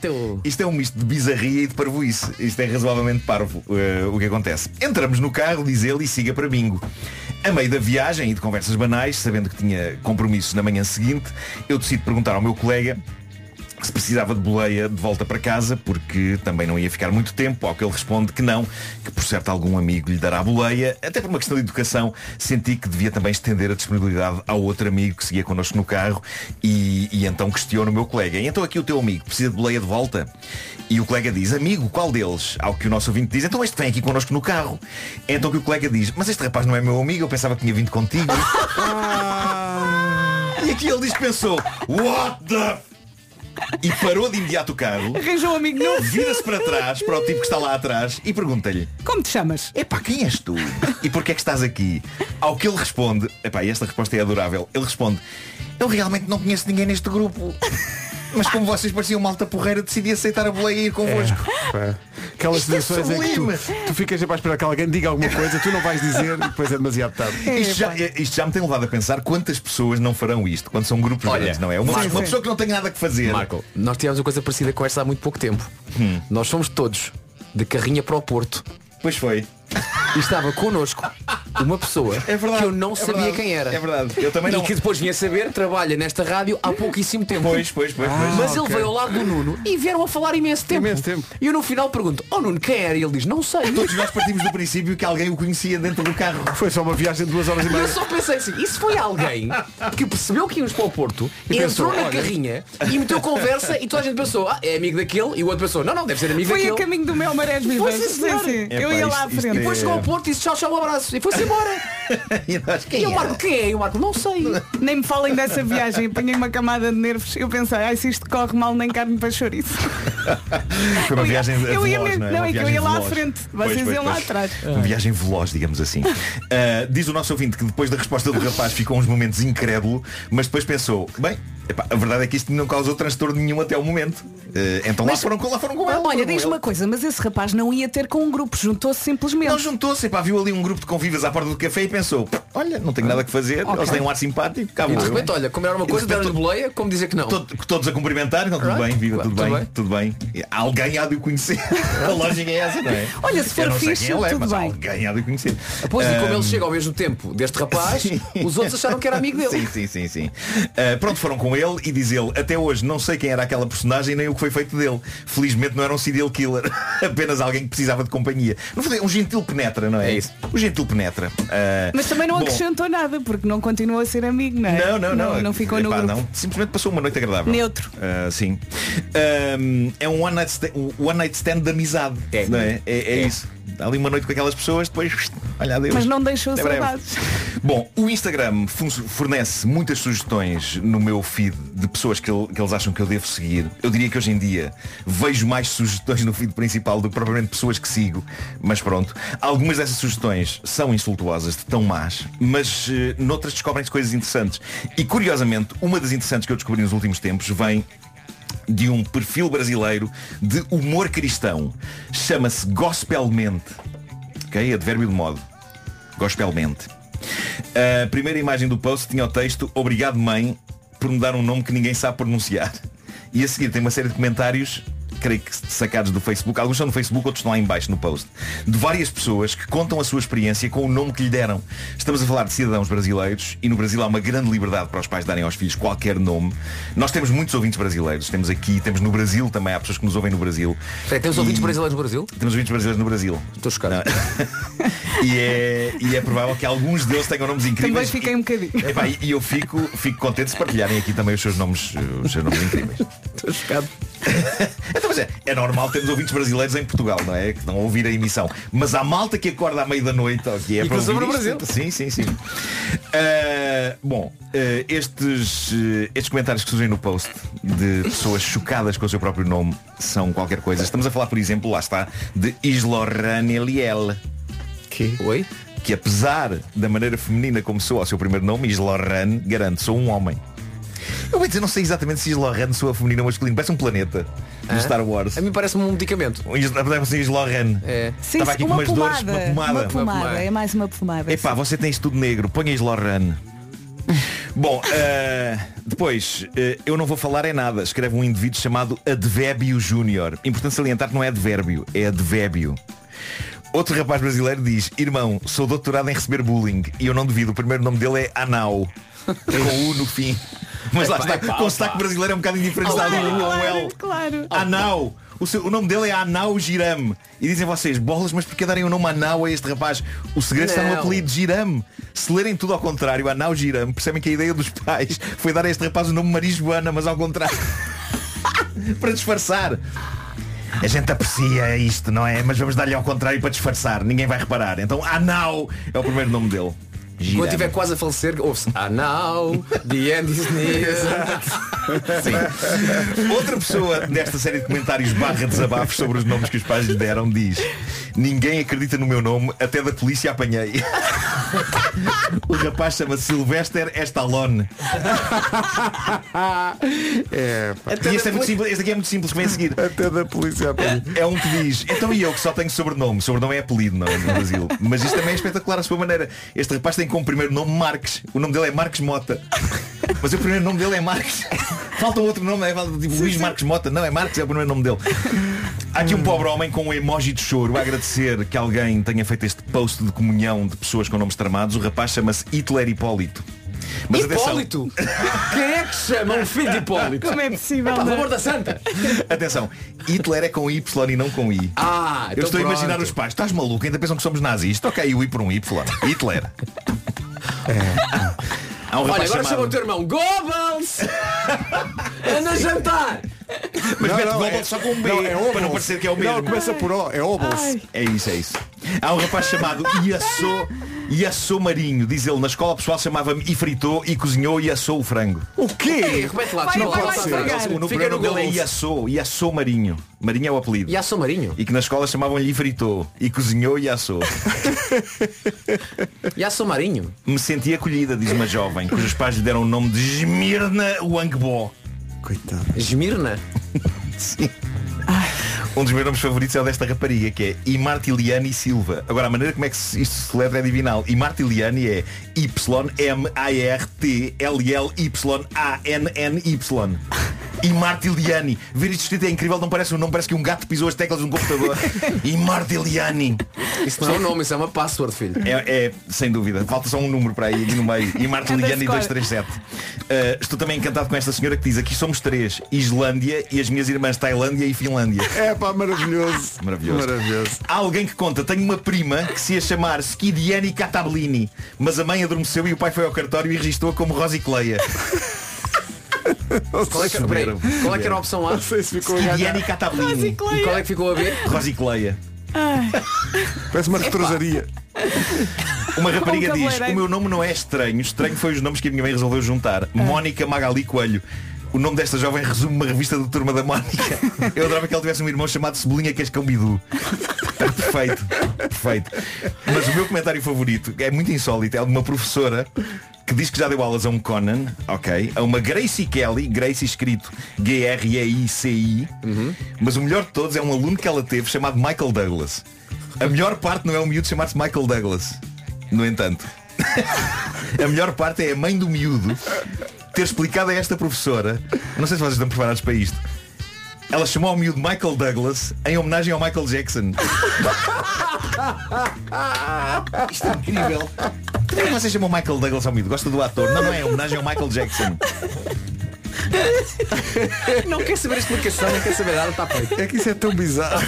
[SPEAKER 12] de. Isto é um misto de bizarria e de parvoíce. Isto é razoavelmente parvo eh, o que acontece. Entramos no carro, diz ele, e siga para Mingo. A meio da viagem e de conversas banais, sabendo que tinha compromissos na manhã seguinte, eu decido perguntar ao meu colega se precisava de boleia de volta para casa, porque também não ia ficar muito tempo, ao que ele responde que não, que por certo algum amigo lhe dará a boleia. Até por uma questão de educação, senti que devia também estender a disponibilidade ao outro amigo que seguia connosco no carro e, e então questiono o meu colega. E então aqui o teu amigo precisa de boleia de volta? E o colega diz, amigo, qual deles? Ao que o nosso ouvinte diz, então este vem aqui connosco no carro. É então que o colega diz, mas este rapaz não é meu amigo, eu pensava que tinha vindo contigo. e aqui ele diz que pensou, what the f-?" e parou de imediato o carro.
[SPEAKER 2] Arranjou um amigo novo.
[SPEAKER 12] Vira-se para trás, para o tipo que está lá atrás e pergunta-lhe
[SPEAKER 2] (laughs) Como te chamas?
[SPEAKER 12] Epá, quem és tu? E porquê é que estás aqui? Ao que ele responde Epá, e esta resposta é adorável Ele responde Eu realmente não conheço ninguém neste grupo
[SPEAKER 3] Mas como vocês pareciam malta porreira, decidi aceitar a boleia e ir convosco.
[SPEAKER 1] Pá. Aquelas
[SPEAKER 3] Isto é
[SPEAKER 1] situações em que tu,
[SPEAKER 3] sublime.
[SPEAKER 1] tu ficas sempre a esperar que alguém diga alguma coisa, tu não vais dizer e depois é demasiado tarde.
[SPEAKER 12] Isto já,
[SPEAKER 7] É,
[SPEAKER 12] isto já me tem levado a pensar quantas pessoas não farão isto quando são grupos
[SPEAKER 7] Olha,
[SPEAKER 12] grandes, não é? Uma,
[SPEAKER 7] Marco.
[SPEAKER 12] uma pessoa que não tem nada que fazer.
[SPEAKER 7] Marco, nós tivemos uma coisa parecida com esta há muito pouco tempo. Nós fomos todos de carrinha para o Porto.
[SPEAKER 12] Pois foi.
[SPEAKER 7] E estava connosco uma pessoa que eu não
[SPEAKER 12] é
[SPEAKER 7] sabia
[SPEAKER 12] verdade,
[SPEAKER 7] quem era.
[SPEAKER 12] é verdade. Eu também
[SPEAKER 7] e
[SPEAKER 12] não.
[SPEAKER 7] que depois vinha saber, trabalha nesta rádio há pouquíssimo tempo.
[SPEAKER 12] Pois, pois, pois, pois.
[SPEAKER 7] Mas
[SPEAKER 12] Ah, ok.
[SPEAKER 7] ele veio ao lado do Nuno e vieram a falar imenso tempo. E eu no final pergunto, oh Nuno, quem era? E ele diz, não sei.
[SPEAKER 12] Todos nós partimos do princípio que alguém o conhecia dentro do carro. (laughs)
[SPEAKER 1] Foi só uma viagem de duas horas e
[SPEAKER 7] E
[SPEAKER 1] meia.
[SPEAKER 7] eu só pensei assim, isso foi alguém que percebeu que íamos para o Porto,
[SPEAKER 1] E pensou,
[SPEAKER 7] entrou na
[SPEAKER 1] olha.
[SPEAKER 7] carrinha e meteu conversa e toda a gente pensou, ah, é amigo daquele, e o outro pensou, não, não, deve ser amigo
[SPEAKER 2] Foi
[SPEAKER 7] daquele.
[SPEAKER 2] a caminho do meu Marés Vivas.
[SPEAKER 7] Foi, sim, senhora.
[SPEAKER 2] Sim, sim.
[SPEAKER 7] É
[SPEAKER 2] Eu
[SPEAKER 7] pá,
[SPEAKER 2] ia lá à
[SPEAKER 7] isto- isto
[SPEAKER 2] frente.
[SPEAKER 7] é- E depois chegou ao Porto e disse tchau, tchau, um abraço. E foi-se embora. e eu Marco, quem é? E o Marco, não sei.
[SPEAKER 2] Nem me falem dessa viagem, apanhei uma camada de nervos. Eu pensei, ai, se isto corre mal, nem carne para chouriço.
[SPEAKER 12] Foi uma viagem
[SPEAKER 2] eu ia
[SPEAKER 12] veloz,
[SPEAKER 2] mesmo-
[SPEAKER 12] não é?
[SPEAKER 2] não,
[SPEAKER 12] Uma
[SPEAKER 2] é que eu
[SPEAKER 12] viagem
[SPEAKER 2] ia lá à
[SPEAKER 12] veloz.
[SPEAKER 2] frente, vocês iam lá atrás.
[SPEAKER 12] Uma viagem veloz,
[SPEAKER 2] (laughs)
[SPEAKER 12] digamos assim. Ah, diz o nosso ouvinte que depois da resposta do rapaz ficou uns momentos incrédulo, mas depois pensou, bem, epá, a verdade é que isto não causou transtorno nenhum até o momento. Ah, então lá foram com lá foram com ela.
[SPEAKER 2] Olha, diz uma coisa, mas esse rapaz não ia ter com um grupo, juntou-se simplesmente.
[SPEAKER 12] Não juntou-se, epá, viu ali um grupo de convivas à porta do café e pensou, olha, não tenho nada que fazer,
[SPEAKER 7] Ok.
[SPEAKER 12] eles têm um ar simpático, cá
[SPEAKER 7] E de
[SPEAKER 12] vou eu.
[SPEAKER 7] repente, olha, como era uma
[SPEAKER 12] E de
[SPEAKER 7] coisa,
[SPEAKER 12] repente,
[SPEAKER 7] deram-lhe boleia, como dizer que não.
[SPEAKER 12] to- todos a cumprimentar, então tudo
[SPEAKER 7] Right.
[SPEAKER 12] bem, viva,
[SPEAKER 7] Claro,
[SPEAKER 12] tudo,
[SPEAKER 7] tudo
[SPEAKER 12] bem, tudo bem. Alguém há de
[SPEAKER 7] (laughs)
[SPEAKER 12] o conhecer. a lógica é essa, não é?
[SPEAKER 7] Olha, se for
[SPEAKER 12] Eu não sei
[SPEAKER 7] fixe,
[SPEAKER 12] quem ele é,
[SPEAKER 7] tudo
[SPEAKER 12] mas
[SPEAKER 7] bem.
[SPEAKER 12] Alguém há de o conhecer.
[SPEAKER 7] Pois, e como
[SPEAKER 12] Ah,
[SPEAKER 7] ele chega ao mesmo tempo deste rapaz,
[SPEAKER 12] Sim.
[SPEAKER 7] os outros acharam que era amigo dele.
[SPEAKER 12] Sim, sim, sim, sim. Ah, pronto, foram com ele e diz ele, até hoje não sei quem era aquela personagem nem o que foi feito dele. Felizmente não era um serial killer, (laughs) apenas alguém que precisava de companhia. No fundo, é um gentil penetra, não é? É isso. Um gentil penetra. Ah,
[SPEAKER 2] Mas também não
[SPEAKER 12] bom,
[SPEAKER 2] acrescentou nada, porque não continuou a ser amigo, não é?
[SPEAKER 12] Não, não, não.
[SPEAKER 2] Não, ficou no
[SPEAKER 12] Epá,
[SPEAKER 2] grupo.
[SPEAKER 12] não. Simplesmente passou uma noite agradável.
[SPEAKER 2] Neutro.
[SPEAKER 12] Ah, sim. Ahm, é um one night, stand, um one night stand de amizade. É. Não é? É, é isso. Dá ali uma noite com aquelas pessoas, depois, olha, adeus.
[SPEAKER 2] Mas não deixou
[SPEAKER 12] Até breve.
[SPEAKER 2] saudades. (laughs)
[SPEAKER 12] Bom, o Instagram fun- fornece muitas sugestões no meu feed de pessoas que, ele- que eles acham que eu devo seguir. Eu diria que hoje em dia vejo mais sugestões no feed principal do que propriamente pessoas que sigo. Mas pronto, algumas dessas sugestões são insultuosas, de tão más, mas eh, noutras descobrem-se coisas interessantes. E curiosamente, uma das interessantes que eu descobri nos últimos tempos vem de um perfil brasileiro de humor cristão. Chama-se Gospelmente. Ok? Advérbio de modo. Gospelmente. A primeira imagem do post tinha o texto Obrigado mãe por me dar um nome que ninguém sabe pronunciar. E a seguir tem uma série de comentários creio que sacados do Facebook, alguns são no Facebook, outros estão lá em baixo no post, de várias pessoas que contam a sua experiência com o nome que lhe deram. Estamos a falar de cidadãos brasileiros e no Brasil há uma grande liberdade para os pais darem aos filhos qualquer nome. Nós temos muitos ouvintes brasileiros, temos aqui, temos no Brasil também, há pessoas que nos ouvem no Brasil.
[SPEAKER 7] Espera, temos ouvintes brasileiros no Brasil?
[SPEAKER 12] Temos ouvintes brasileiros no Brasil. Estou
[SPEAKER 7] chocado.
[SPEAKER 12] (laughs) e, é, e é provável que alguns deles tenham nomes
[SPEAKER 2] Também
[SPEAKER 12] incríveis.
[SPEAKER 2] fiquei um bocadinho.
[SPEAKER 12] Epá, e e eu fico, fico contente se partilharem aqui também os seus nomes, eh, os seus nomes incríveis.
[SPEAKER 7] Estou chocado.
[SPEAKER 12] Então, mas é, é normal termos ouvintes brasileiros em Portugal, não é? Que não ouvir a emissão. Mas há malta que acorda à meia da noite, ou que é
[SPEAKER 7] E
[SPEAKER 12] para
[SPEAKER 7] que
[SPEAKER 12] ouvir
[SPEAKER 7] sobre o
[SPEAKER 12] isto.
[SPEAKER 7] Brasil.
[SPEAKER 12] Sim, sim, sim. Ah, bom, ah, estes, ah, estes comentários que surgem no post de pessoas chocadas com o seu próprio nome são qualquer coisa. Estamos a falar, por exemplo, lá está, de Isloran Eliel. Que?
[SPEAKER 7] Oi?
[SPEAKER 12] Que apesar da maneira feminina como soa o seu primeiro nome, Isloran, garanto, sou um homem. Eu vou dizer, não sei exatamente se Isloran soa feminino ou masculino. Parece um planeta
[SPEAKER 7] Hã?
[SPEAKER 12] do Star Wars.
[SPEAKER 7] É? A mim parece-me um medicamento.
[SPEAKER 12] Um Isla- Parece um Isloran.
[SPEAKER 7] É.
[SPEAKER 2] Sim,
[SPEAKER 12] Estava
[SPEAKER 2] sim,
[SPEAKER 12] aqui
[SPEAKER 2] uma,
[SPEAKER 12] com umas
[SPEAKER 2] pomada,
[SPEAKER 12] dores, uma pomada.
[SPEAKER 2] Uma pomada, é mais uma pomada.
[SPEAKER 12] Epá, você tem isso tudo negro, ponha Isloran. Bom, eh, depois, eh, eu não vou falar em nada. Escreve um indivíduo chamado Advébio Júnior. Importante salientar que não é advérbio, é advébio. Outro rapaz brasileiro diz, irmão, sou doutorado em receber bullying e eu não duvido, o primeiro nome dele é Anau. com U no fim. Mas lá
[SPEAKER 7] Epá,
[SPEAKER 12] está,
[SPEAKER 7] epá,
[SPEAKER 12] com
[SPEAKER 7] epá.
[SPEAKER 12] o sotaque brasileiro é um bocado indiferente
[SPEAKER 7] Claro,
[SPEAKER 12] ali, um
[SPEAKER 7] claro,
[SPEAKER 12] L.
[SPEAKER 2] claro.
[SPEAKER 12] Ah, Anau. O, seu- o nome dele é Anau Girame. E dizem vocês, bolas, mas porquê darem o nome Anau a este rapaz? O segredo está no
[SPEAKER 7] Não.
[SPEAKER 12] apelido Girame. Se lerem tudo ao contrário, Anau Girame, percebem que a ideia dos pais foi dar a este rapaz o nome Marisboana, mas ao contrário. (laughs) para disfarçar. A gente aprecia isto, não é? Mas vamos dar-lhe ao contrário para disfarçar. Ninguém vai reparar. Então Anau é o primeiro nome dele.
[SPEAKER 7] Quando
[SPEAKER 12] Girame.
[SPEAKER 7] estiver quase a falecer, ouve-se Ah não, the end is
[SPEAKER 12] (laughs)
[SPEAKER 7] near
[SPEAKER 12] Sim. Outra pessoa desta série de comentários barra desabafos sobre os nomes que os pais lhe deram diz Ninguém acredita no meu nome, até da polícia apanhei. (laughs) o rapaz chama-se Sylvester Estalone.
[SPEAKER 1] É,
[SPEAKER 12] e este, é muito simples, este aqui é muito simples, vem a seguir.
[SPEAKER 1] (laughs) Até da polícia
[SPEAKER 12] É um que diz, então e eu que só tenho sobrenome, sobrenome é apelido não, no Brasil. Mas isto também é espetacular à sua maneira. Este rapaz tem como primeiro nome Marques, o nome dele é Marques Mota. Mas o primeiro nome dele é Marques. Falta um outro nome, é falta, tipo Luís Marques Mota. Não, é Marques, é o primeiro nome dele. Há
[SPEAKER 1] Hum.
[SPEAKER 12] aqui um pobre homem com um emoji de choro a agradecer que alguém tenha feito este post de comunhão de pessoas com nomes tramados. O rapaz chama-se Hitler Hipólito. Mas atenção,
[SPEAKER 7] Hipólito? Quem é que chama um filho de Hipólito?
[SPEAKER 2] Como é possível?
[SPEAKER 7] Pelo
[SPEAKER 2] não?
[SPEAKER 7] amor da santa!
[SPEAKER 12] atenção, Hitler é com Y e não com I.
[SPEAKER 7] Ah,
[SPEAKER 12] Eu
[SPEAKER 7] então
[SPEAKER 12] estou a
[SPEAKER 7] pronto.
[SPEAKER 12] imaginar os pais, estás maluco, ainda pensam que somos nazistas. Ok, o I por um Y. Hitler. Há um
[SPEAKER 7] É. Olha,
[SPEAKER 12] rapaz
[SPEAKER 7] agora chama o
[SPEAKER 12] chamado...
[SPEAKER 7] teu irmão Goebbels! Anda jantar!
[SPEAKER 12] Mas
[SPEAKER 1] Não,
[SPEAKER 12] mete
[SPEAKER 1] não,
[SPEAKER 12] Goebbels
[SPEAKER 1] é-
[SPEAKER 12] só com um B,
[SPEAKER 1] não, é
[SPEAKER 12] para não
[SPEAKER 1] Obels.
[SPEAKER 12] parecer que é o mesmo.
[SPEAKER 1] Não, começa por O, é Obels.
[SPEAKER 12] É isso, é isso. Há um rapaz chamado Iassô, Iassô Marinho, diz ele, na escola o pessoal chamava-me e fritou e cozinhou e assou o frango.
[SPEAKER 1] O quê?
[SPEAKER 7] Repete lá,
[SPEAKER 2] Vai,
[SPEAKER 7] desculpa
[SPEAKER 2] vai,
[SPEAKER 7] lá,
[SPEAKER 2] vai,
[SPEAKER 7] Sandra.
[SPEAKER 2] vai, vai.
[SPEAKER 12] O
[SPEAKER 7] Tá, Fica
[SPEAKER 12] número dele
[SPEAKER 7] no Google.
[SPEAKER 12] é Iassô, Iassô Marinho. Marinho é o apelido.
[SPEAKER 7] E a São Marinho?
[SPEAKER 12] E que na escola chamavam-lhe e fritou e cozinhou e assou.
[SPEAKER 7] E a São Marinho?
[SPEAKER 12] Me senti acolhida, diz uma jovem, cujos pais lhe deram o nome de Esmirna Wangbó.
[SPEAKER 1] Coitado.
[SPEAKER 7] Esmirna?
[SPEAKER 12] Sim. Um dos meus nomes favoritos é o desta rapariga, que é Imartiliani Silva. Agora, a maneira como é que se- isto se letra é divinal. Imartiliani é Y-M-A-R-T-L-L-Y-A-N-N-Y. Imartiliani. Ver isto escrito é incrível, não parece um nome, parece que um gato pisou as teclas de um computador. Imartiliani.
[SPEAKER 7] Isso não é um nome, isso é uma password, filho.
[SPEAKER 12] É, é, sem dúvida. Falta só um número para aí no meio. E Marta Ligiani
[SPEAKER 2] Cada
[SPEAKER 12] 237. Uh, estou também encantado com esta senhora que diz aqui somos três. Islândia e as minhas irmãs Tailândia e Finlândia.
[SPEAKER 1] É pá, maravilhoso.
[SPEAKER 12] Maravilhoso.
[SPEAKER 1] Maravilhoso.
[SPEAKER 12] Há alguém que conta, tenho uma prima que se ia chamar Skidiani Catablini, mas a mãe adormeceu e o pai foi ao cartório e registou
[SPEAKER 1] (laughs)
[SPEAKER 12] como Rosicleia.
[SPEAKER 7] Qual é que,
[SPEAKER 12] um
[SPEAKER 7] peraí, qual é que era a opção A?
[SPEAKER 1] Não sei se ficou
[SPEAKER 12] Skidiani Catablini.
[SPEAKER 7] E qual é que ficou a B?
[SPEAKER 12] Rosicleia.
[SPEAKER 1] Parece uma retrosaria.
[SPEAKER 12] Uma
[SPEAKER 2] (laughs)
[SPEAKER 12] rapariga
[SPEAKER 2] um
[SPEAKER 12] diz,
[SPEAKER 2] cabeleireiro. Ah.
[SPEAKER 12] o meu nome não é estranho, estranho foi os nomes que a minha mãe resolveu juntar. Mónica Magali Coelho. O nome desta jovem resume uma revista do Turma da Mónica. Eu adorava que ela tivesse um irmão chamado Cebolinha Cascão Bidu. Está perfeito, perfeito. Mas o meu comentário favorito é muito insólito, é de uma professora que diz que já deu aulas a um Conan, ok, a uma Gracie Kelly, Gracie escrito G-R-E-I-C-I, mas o melhor de todos é um aluno que ela teve chamado Michael Douglas. A melhor parte não é o miúdo chamar-se Michael Douglas. No entanto, (laughs) a melhor parte é a mãe do miúdo ter explicado a esta professora, não sei se vocês estão preparados para isto, ela chamou ao miúdo Michael Douglas em homenagem ao Michael Jackson. Isto é incrível. Como é que você chamou Michael Douglas ao miúdo? Gosta do ator? Não, não é em homenagem ao Michael Jackson.
[SPEAKER 7] Não quer saber a explicação, não quer saber nada, está feito.
[SPEAKER 1] É que isso é tão bizarro.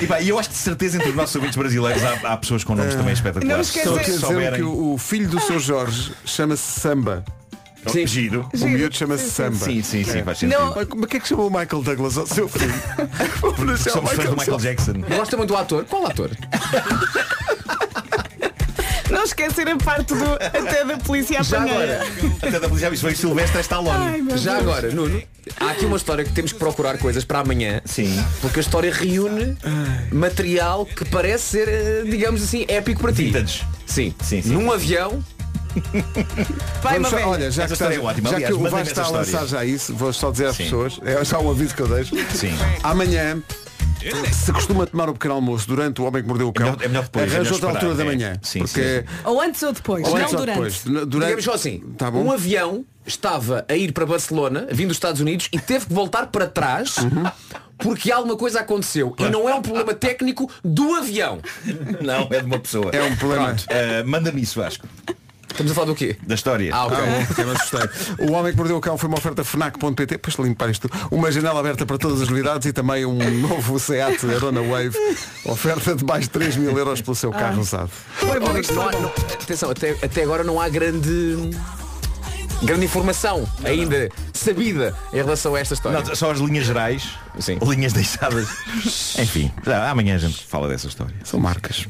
[SPEAKER 12] E pá, e eu acho que de certeza entre os nossos ouvintes brasileiros há, há pessoas com nomes também
[SPEAKER 2] Não
[SPEAKER 12] espetaculares.
[SPEAKER 2] esqueçam-
[SPEAKER 1] Só
[SPEAKER 12] Só
[SPEAKER 1] quer
[SPEAKER 12] que
[SPEAKER 1] dizer que
[SPEAKER 12] souberem.
[SPEAKER 1] o o filho do seu Jorge chama-se Samba.
[SPEAKER 12] Oh, Giro.
[SPEAKER 1] O miúdo chama-se Samba.
[SPEAKER 12] Sim, sim, sim, faz sentido.
[SPEAKER 2] Não.
[SPEAKER 1] Mas como é que é que chamou o Michael Douglas ao seu
[SPEAKER 12] (laughs)
[SPEAKER 1] filho? Vamos
[SPEAKER 12] Porque
[SPEAKER 1] deixar o
[SPEAKER 12] somos fãs do Michael Jackson.
[SPEAKER 7] Gosta muito do ator? Qual ator?
[SPEAKER 2] Não esquecer a parte do até da polícia
[SPEAKER 7] Já
[SPEAKER 2] apanhar.
[SPEAKER 7] agora,
[SPEAKER 12] Até da polícia, isso foi o Silvestre Stallone.
[SPEAKER 7] já agora, Nuno, há aqui uma história que temos que procurar coisas para amanhã.
[SPEAKER 12] Sim.
[SPEAKER 7] Porque a história reúne material que parece ser, eh, digamos assim, épico para ti.
[SPEAKER 12] Vintage.
[SPEAKER 7] Sim.
[SPEAKER 12] Sim, sim.
[SPEAKER 7] Num avião,
[SPEAKER 2] (laughs)
[SPEAKER 7] oh,
[SPEAKER 2] Vai,
[SPEAKER 1] Vamos só-
[SPEAKER 2] Mabel.
[SPEAKER 1] olha, já
[SPEAKER 12] Essa
[SPEAKER 1] que,
[SPEAKER 12] história
[SPEAKER 1] estás-
[SPEAKER 12] é ótima.
[SPEAKER 1] já
[SPEAKER 12] Aliás,
[SPEAKER 1] que o
[SPEAKER 12] mandem-me
[SPEAKER 1] Vasco está a
[SPEAKER 12] essa
[SPEAKER 1] lançar já isso, vou só dizer às
[SPEAKER 12] Sim.
[SPEAKER 1] pessoas, é só um aviso que eu deixo.
[SPEAKER 12] Sim.
[SPEAKER 1] Amanhã, se costuma tomar o pequeno almoço durante o homem que mordeu o cão,
[SPEAKER 12] melhor- é melhor depois, é
[SPEAKER 1] arranja
[SPEAKER 12] melhor
[SPEAKER 1] outra
[SPEAKER 12] esperar,
[SPEAKER 1] altura da
[SPEAKER 12] é.
[SPEAKER 1] manhã.
[SPEAKER 12] Sim,
[SPEAKER 1] porque
[SPEAKER 2] Ou antes ou depois,
[SPEAKER 1] ou
[SPEAKER 2] não
[SPEAKER 1] antes ou
[SPEAKER 2] durante.
[SPEAKER 1] depois. N- durante-
[SPEAKER 7] digamos só assim,
[SPEAKER 1] Tá bom?
[SPEAKER 7] um avião estava a ir para Barcelona, vindo dos Estados Unidos, e teve que voltar para trás porque alguma coisa aconteceu. E não é um problema técnico do avião.
[SPEAKER 12] Não, é de uma pessoa.
[SPEAKER 1] É um problema.
[SPEAKER 12] Ah, Manda-me isso, Vasco.
[SPEAKER 7] Estamos a falar do quê?
[SPEAKER 12] Da história.
[SPEAKER 7] Ah, ok.
[SPEAKER 1] Tá Ok, me assustei. O Homem que Mordeu o Cão foi uma oferta FNAC.pt Depois de limpar isto Uma janela aberta para todas as novidades E também um (laughs) novo Seat Arona Wave Oferta de mais 3 mil euros pelo seu
[SPEAKER 7] Ah.
[SPEAKER 1] carro usado
[SPEAKER 7] Olha, não há- não- atenção, até, até agora não há grande grande informação ainda sabida em relação a esta história.
[SPEAKER 12] Não, só as linhas gerais,
[SPEAKER 7] Sim.
[SPEAKER 12] linhas deixadas. Enfim, já, amanhã a gente fala dessa história.
[SPEAKER 1] São marcas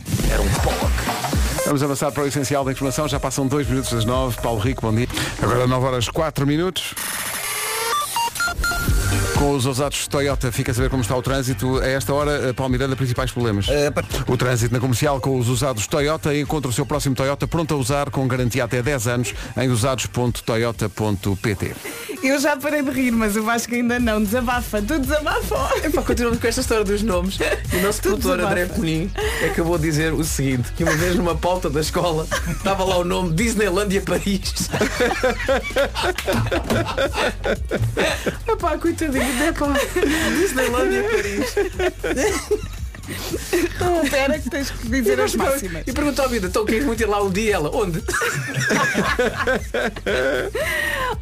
[SPEAKER 1] Vamos avançar para o essencial da informação Já passam 2 minutos das 9 Paulo Rico, bom dia Agora 9 horas 4 minutos Com os ousados Toyota, fica a saber como está o trânsito. A esta hora, eh, Paulo Miranda, principais problemas. O trânsito na comercial com os usados Toyota. Encontra o seu próximo Toyota pronto a usar, com garantia até 10 anos, em usados.toyota.pt.
[SPEAKER 2] Eu já parei de rir, mas eu acho que ainda não. Desabafa, tu desabafa.
[SPEAKER 13] Epá, continuamos com esta história dos
[SPEAKER 2] (laughs)
[SPEAKER 13] nomes. O nosso
[SPEAKER 2] Tudo
[SPEAKER 13] produtor
[SPEAKER 2] desabafa.
[SPEAKER 13] André é Penin acabou de dizer o seguinte, que uma vez numa pauta da escola estava lá o nome Disneylandia Paris.
[SPEAKER 2] (laughs) Epá, coitadinho, epá.
[SPEAKER 13] Disneylandia
[SPEAKER 2] (laughs)
[SPEAKER 13] Paris.
[SPEAKER 2] Então, Espera que tens que dizer
[SPEAKER 13] Eu
[SPEAKER 2] as
[SPEAKER 13] gosto de-
[SPEAKER 2] máximas.
[SPEAKER 13] E perguntou à vida, então queres muito ir lá um dia ela? Onde?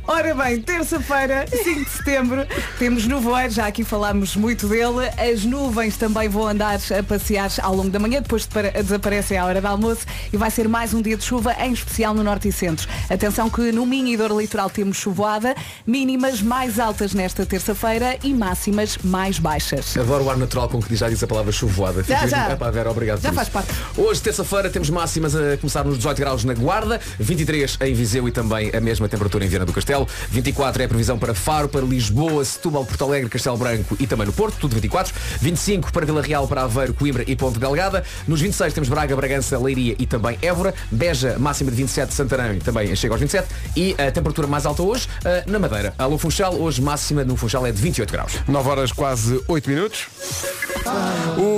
[SPEAKER 2] Ora bem, terça-feira, 5 de setembro, temos nevoeiro, já aqui falámos muito dele. As nuvens também vão andar a passear ao longo da manhã, depois depara- desaparecem à hora do almoço e vai ser mais um dia de chuva, em especial no norte e centro. Atenção que no Minho e Douro Litoral temos chuvoada, mínimas mais altas nesta terça-feira e máximas mais
[SPEAKER 7] (laughs)
[SPEAKER 2] baixas.
[SPEAKER 7] Adoro o ar natural com que diz- já diz a palavra chuvoada.
[SPEAKER 2] Já,
[SPEAKER 7] Fico-
[SPEAKER 2] já.
[SPEAKER 7] É pá, Vera, obrigado.
[SPEAKER 2] Já
[SPEAKER 7] por
[SPEAKER 2] faz
[SPEAKER 7] isso.
[SPEAKER 2] parte.
[SPEAKER 7] Hoje, terça-feira, temos máximas a começar nos 18 graus na Guarda, 23 em Viseu e também a mesma temperatura em Viana do Castelo. 24 é a previsão para Faro, para Lisboa, Setúbal, Porto Alegre, Castelo Branco e também no Porto, tudo 24. 25 para Vila Real, para Aveiro, Coimbra e Ponte Delgada. Nos 26 temos Braga, Bragança, Leiria e também Évora. Beja, máxima de 27, Santarém também chega aos 27. E a temperatura mais alta hoje, eh, na Madeira. Alô Funchal, hoje máxima no Funchal é de 28 graus.
[SPEAKER 1] 9 horas quase 8 minutos.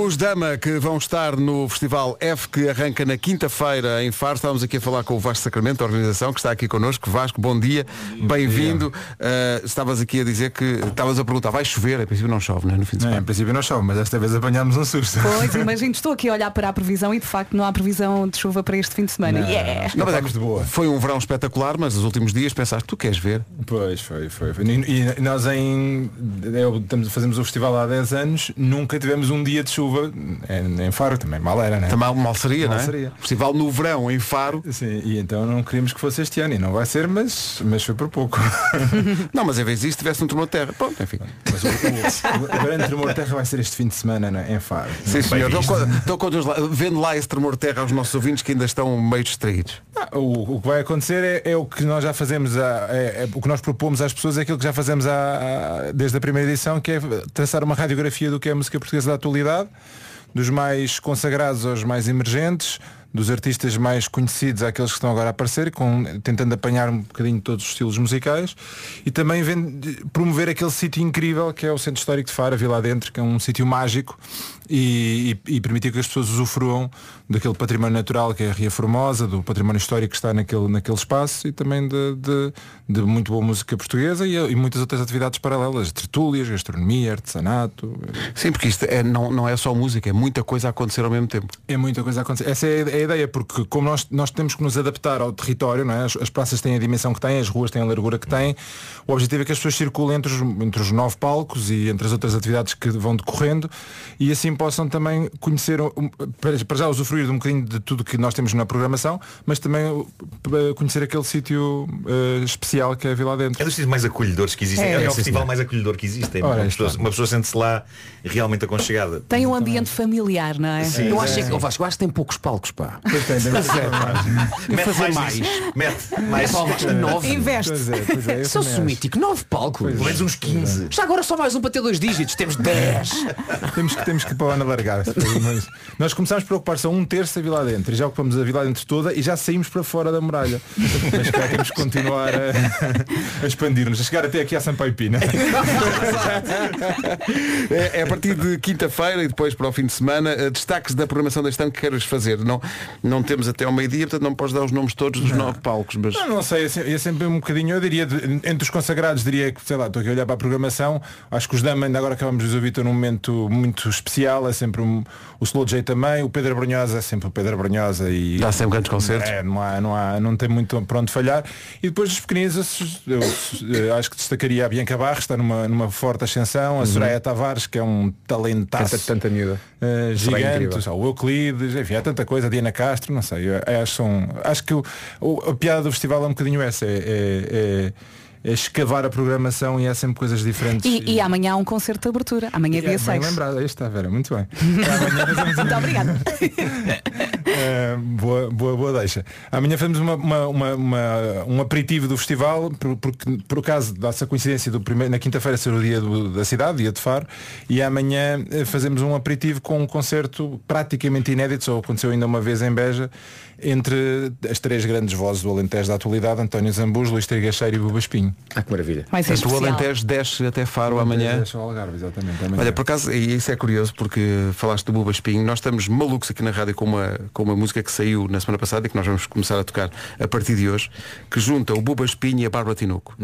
[SPEAKER 1] Os Dama que vão estar no Festival F que arranca na quinta-feira em Faro. Estávamos aqui a falar com o Vasco Sacramento, a organização que está aqui connosco. Vasco, bom dia, bem-vindo. Ah, estavas aqui a dizer que estavas a perguntar, vai chover? Em princípio não chove, não é? No fim de semana.
[SPEAKER 12] Em princípio não chove, mas esta vez apanhámos um susto.
[SPEAKER 2] Pois, imagino, estou aqui a olhar para a previsão e de facto não há previsão de chuva para este fim de semana. Yeah!
[SPEAKER 1] Não, mas é que Foi um verão espetacular, mas nos últimos dias pensaste, tu queres ver?
[SPEAKER 12] Pois, foi, foi. foi. E, e nós em. eu- estamos- fazemos o festival há 10 anos, nunca tivemos um dia de chuva em, em Faro, também mal era, né?
[SPEAKER 1] Também mal seria,
[SPEAKER 12] Mal
[SPEAKER 1] não é?
[SPEAKER 12] seria.
[SPEAKER 1] Festival no verão em Faro.
[SPEAKER 12] Sim, e então não queríamos que fosse este ano, e não vai ser, mas, mas foi por (laughs) pouco.
[SPEAKER 1] não, mas em vez disso tivesse um tremor de terra. Pronto, enfim.
[SPEAKER 12] Mas o, o- o grande tremor de terra vai ser este fim de semana né, em Faro.
[SPEAKER 1] Sim, senhor.
[SPEAKER 12] Bem
[SPEAKER 1] Então,
[SPEAKER 12] visto.
[SPEAKER 1] co- então conta-nos lá, vendo lá esse tremor de terra aos nossos ouvintes que ainda estão meio distraídos.
[SPEAKER 12] Ah, O, o que vai acontecer é, é o que nós já fazemos, há- é- é o que nós propomos às pessoas é aquilo que já fazemos há- há- desde a primeira edição, que é traçar uma radiografia do que é a música portuguesa da atualidade, dos mais consagrados aos mais emergentes, dos artistas mais conhecidos àqueles que estão agora a aparecer, com, tentando apanhar um bocadinho todos os estilos musicais, e também ven- de- promover aquele sítio incrível que é o Centro Histórico de Faro, a Vila Adentro, que é um sítio mágico, e, e- e permitir que as pessoas usufruam daquele património natural que é a Ria Formosa, do património histórico que está naquele, naquele espaço e também de, de- de muito boa música portuguesa e, e muitas outras atividades paralelas, tertúlias, gastronomia, artesanato.
[SPEAKER 1] Sim, porque isto é, não, não é só música, é muita coisa a acontecer ao mesmo tempo.
[SPEAKER 12] É muita coisa a acontecer. Essa é a- é a ideia, porque como nós, nós temos que nos adaptar ao território, não é? as, as praças têm a dimensão que têm, as ruas têm a largura que têm, o objetivo é que as pessoas circulem entre os, entre os nove palcos e entre as outras atividades que vão decorrendo e assim possam também conhecer, um- um- para para já usufruir de um bocadinho de tudo que nós temos na programação, mas também uh, para conhecer aquele sítio uh, especial que é a Vila Dentro.
[SPEAKER 14] É dos sítios mais acolhedores que existem.
[SPEAKER 12] É,
[SPEAKER 14] É,
[SPEAKER 12] é,
[SPEAKER 14] o
[SPEAKER 12] sim,
[SPEAKER 14] festival
[SPEAKER 12] senhor.
[SPEAKER 14] mais acolhedor que existe.
[SPEAKER 12] Ora,
[SPEAKER 14] uma,
[SPEAKER 12] está.
[SPEAKER 14] pessoa, uma pessoa sente-se lá realmente aconchegada.
[SPEAKER 15] Tem um ambiente familiar, não é?
[SPEAKER 14] Sim,
[SPEAKER 7] eu
[SPEAKER 14] é.
[SPEAKER 7] acho é que, oh, Vasco, eu acho que tem poucos palcos, pá.
[SPEAKER 14] Mete
[SPEAKER 7] fazer
[SPEAKER 14] mais. nisso. Mete mais.
[SPEAKER 7] É, pá, mas nove.
[SPEAKER 14] Investe.
[SPEAKER 7] Pois
[SPEAKER 12] é, pois é, eu
[SPEAKER 7] São
[SPEAKER 12] também
[SPEAKER 7] sumítico, nove palcos.
[SPEAKER 14] Pelo menos uns 15.
[SPEAKER 7] Já agora só mais um para ter dois dígitos, temos dez.
[SPEAKER 12] temos que temos que ir para o ano largar Mas nós começámos a ocupar só um terço da vila dentro e já ocupamos a vila dentro toda e já saímos para fora da muralha mas cá temos que continuar a, a expandir-nos a chegar até aqui à Sampaio Pina
[SPEAKER 1] É, é a partir de quinta-feira e depois para o fim de semana, eh, destaques da programação deste ano que queres fazer. Não, não temos até ao meio-dia, portanto não podes dar os nomes todos dos nove palcos, mas.
[SPEAKER 12] não, não sei, é se- é sempre um bocadinho, eu diria, de- entre os consagrados, diria que, sei lá, estou aqui a olhar para a programação, acho que os Dama, ainda agora acabamos de ouvir, estão num momento muito especial, é sempre um, o Slow J também, o Pedro Brunhosa é sempre o Pedro Brunhosa e...
[SPEAKER 1] Dá sempre grandes concertos.
[SPEAKER 12] É, não, há, não, há, não tem muito para onde falhar. E depois dos pequeninos, eu, eu, eh, acho que destacaria a Bianca Barros, está numa, numa forte ascensão, a Soraya Tavares, que é um talentaço.
[SPEAKER 7] Tanta- Uhum. tanta miúda.
[SPEAKER 12] Eh,
[SPEAKER 7] Soraya é incrível.
[SPEAKER 12] gigantes, há o Euclides, enfim, há tanta coisa, a Diana Castro, não sei, eu acho, que são- acho que o- o- a piada do festival é um bocadinho essa, é, é- é-
[SPEAKER 16] escavar a programação e há sempre coisas diferentes.
[SPEAKER 2] E, e amanhã há um concerto de abertura. Amanhã é dia
[SPEAKER 16] bem
[SPEAKER 2] 6.
[SPEAKER 16] lembrado, aí está, Vera, muito bem.
[SPEAKER 2] (laughs) Muito obrigada.
[SPEAKER 16] Eh, boa, boa, boa deixa. Amanhã fazemos uma, uma- uma- uma- um aperitivo do festival, por- porque por acaso dá-se a coincidência do primeiro, na quinta-feira ser o dia do- da cidade, dia de Faro, e amanhã eh, fazemos um aperitivo com um concerto praticamente inédito, só aconteceu ainda uma vez em Beja, entre as três grandes vozes do Alentejo da atualidade, António Zambus, Luís Trigacheiro e Buba Espinho.
[SPEAKER 7] Ah, que maravilha.
[SPEAKER 2] Vai ser
[SPEAKER 1] Portanto, o
[SPEAKER 2] um especial.
[SPEAKER 1] Alentejo desce até Faro amanhã.
[SPEAKER 16] Deixa o Algarve, exatamente. amanhã.
[SPEAKER 1] Olha, por acaso, e isso é curioso porque falaste do Buba Espinho, nós estamos malucos aqui na rádio com uma, com uma música que saiu na semana passada e que nós vamos começar a tocar a partir de hoje, que junta o Buba Espinho e a Bárbara Tinoco.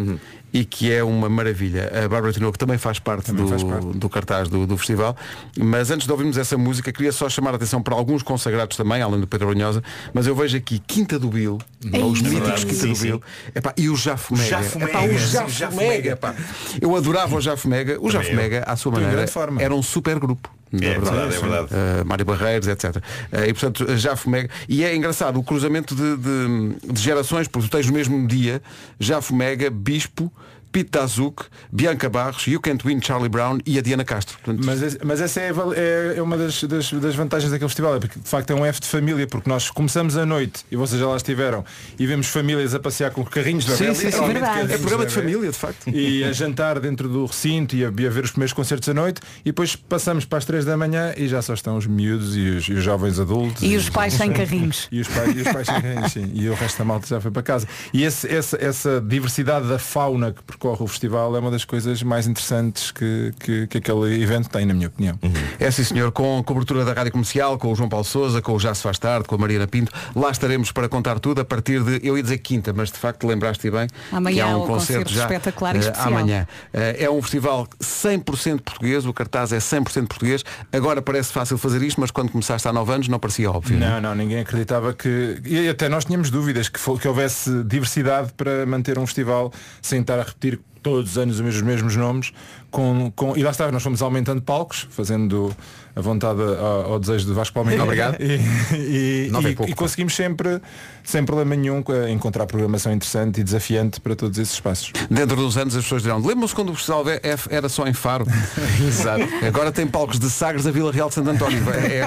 [SPEAKER 1] E que é uma maravilha. A Bárbara Tinoco também faz parte, do, do cartaz do, do festival. Mas antes de ouvirmos essa música, queria só chamar a atenção para alguns consagrados também, além do Pedro Brunhosa, mas eu vejo aqui Quinta do Bil,
[SPEAKER 12] Ei.
[SPEAKER 1] ou os míticos
[SPEAKER 12] Verdade,
[SPEAKER 1] Quinta
[SPEAKER 12] sim,
[SPEAKER 1] do
[SPEAKER 12] sim.
[SPEAKER 1] Bil, epá, e o Jafomega.
[SPEAKER 12] Jafomega,
[SPEAKER 1] Epá, o
[SPEAKER 12] sim,
[SPEAKER 1] Jafomega, pá. Eu adorava o Jafomega. O
[SPEAKER 12] Também
[SPEAKER 1] Jafomega,
[SPEAKER 12] eu.
[SPEAKER 1] à sua
[SPEAKER 12] Tem
[SPEAKER 1] maneira,
[SPEAKER 12] grande forma.
[SPEAKER 1] era um super grupo.
[SPEAKER 12] É, é verdade, é verdade.
[SPEAKER 1] Uh, Mário Barreiros, etc. Uh, e portanto, Jafomega. E é engraçado o cruzamento de, de- de gerações, porque tu tens no mesmo dia Jafomega, Bispo, Pete Dazuc, Bianca Barros, You Can't Win, Charlie Brown e a Diana Castro. Portanto,
[SPEAKER 16] Mas, esse- mas essa é, a val- é- é uma das, das- das vantagens daquele festival, é porque de facto é um F de família, porque nós começamos à noite, e vocês já lá estiveram, e vemos famílias a passear com carrinhos
[SPEAKER 12] é
[SPEAKER 16] da
[SPEAKER 1] Sim,
[SPEAKER 16] velha,
[SPEAKER 1] sim, sim,
[SPEAKER 16] literalmente
[SPEAKER 1] verdade.
[SPEAKER 12] um
[SPEAKER 16] carrinhos
[SPEAKER 1] É programa
[SPEAKER 16] da
[SPEAKER 1] de
[SPEAKER 16] velha.
[SPEAKER 1] família, de facto.
[SPEAKER 16] E a jantar dentro do recinto e a, e a ver os primeiros concertos à noite, e depois passamos para as três da manhã e já só estão os miúdos e os, e os jovens adultos.
[SPEAKER 2] E os pais sem carrinhos.
[SPEAKER 16] E os pais, e os pais sem carrinhos, sim. E o resto da malta já foi para casa. E esse- essa, essa diversidade da fauna que percorre o festival é uma das coisas mais interessantes que, que, que aquele evento tem, na minha opinião.
[SPEAKER 1] É sim senhor, com a cobertura da Rádio Comercial, com o João Paulo Souza, com o Já Se Faz Tarde, com a Mariana Pinto, lá estaremos para contar tudo a partir de, eu ia dizer quinta, mas de facto lembraste bem
[SPEAKER 2] Amanhã
[SPEAKER 1] que há um
[SPEAKER 2] há o
[SPEAKER 1] concerto,
[SPEAKER 2] concerto
[SPEAKER 1] já
[SPEAKER 2] espetacular e
[SPEAKER 1] eh,
[SPEAKER 2] especial.
[SPEAKER 1] amanhã. Eh, é um festival 100% português, o cartaz é 100% português, agora parece fácil fazer isto, mas quando começaste há 9 anos não parecia óbvio.
[SPEAKER 16] Não, não, ninguém acreditava que. E até nós tínhamos dúvidas que, fo- que houvesse diversidade para manter um festival sem estar a repetir todos os anos os mesmos, os mesmos nomes. Com, com... E lá está, nós fomos aumentando palcos, fazendo a vontade ao, ao desejo do Vasco Palmeiras.
[SPEAKER 7] Obrigado.
[SPEAKER 16] E, e-
[SPEAKER 7] Nove é
[SPEAKER 16] e-
[SPEAKER 7] pouco,
[SPEAKER 16] e conseguimos sempre, sem problema nenhum, eh, encontrar programação interessante e desafiante para todos esses espaços.
[SPEAKER 1] Dentro dos anos as pessoas dirão, lembram-se quando o festival F era só em Faro?
[SPEAKER 16] (laughs) Exato.
[SPEAKER 1] Agora tem palcos de Sagres da Vila Real de Santo António. É, é-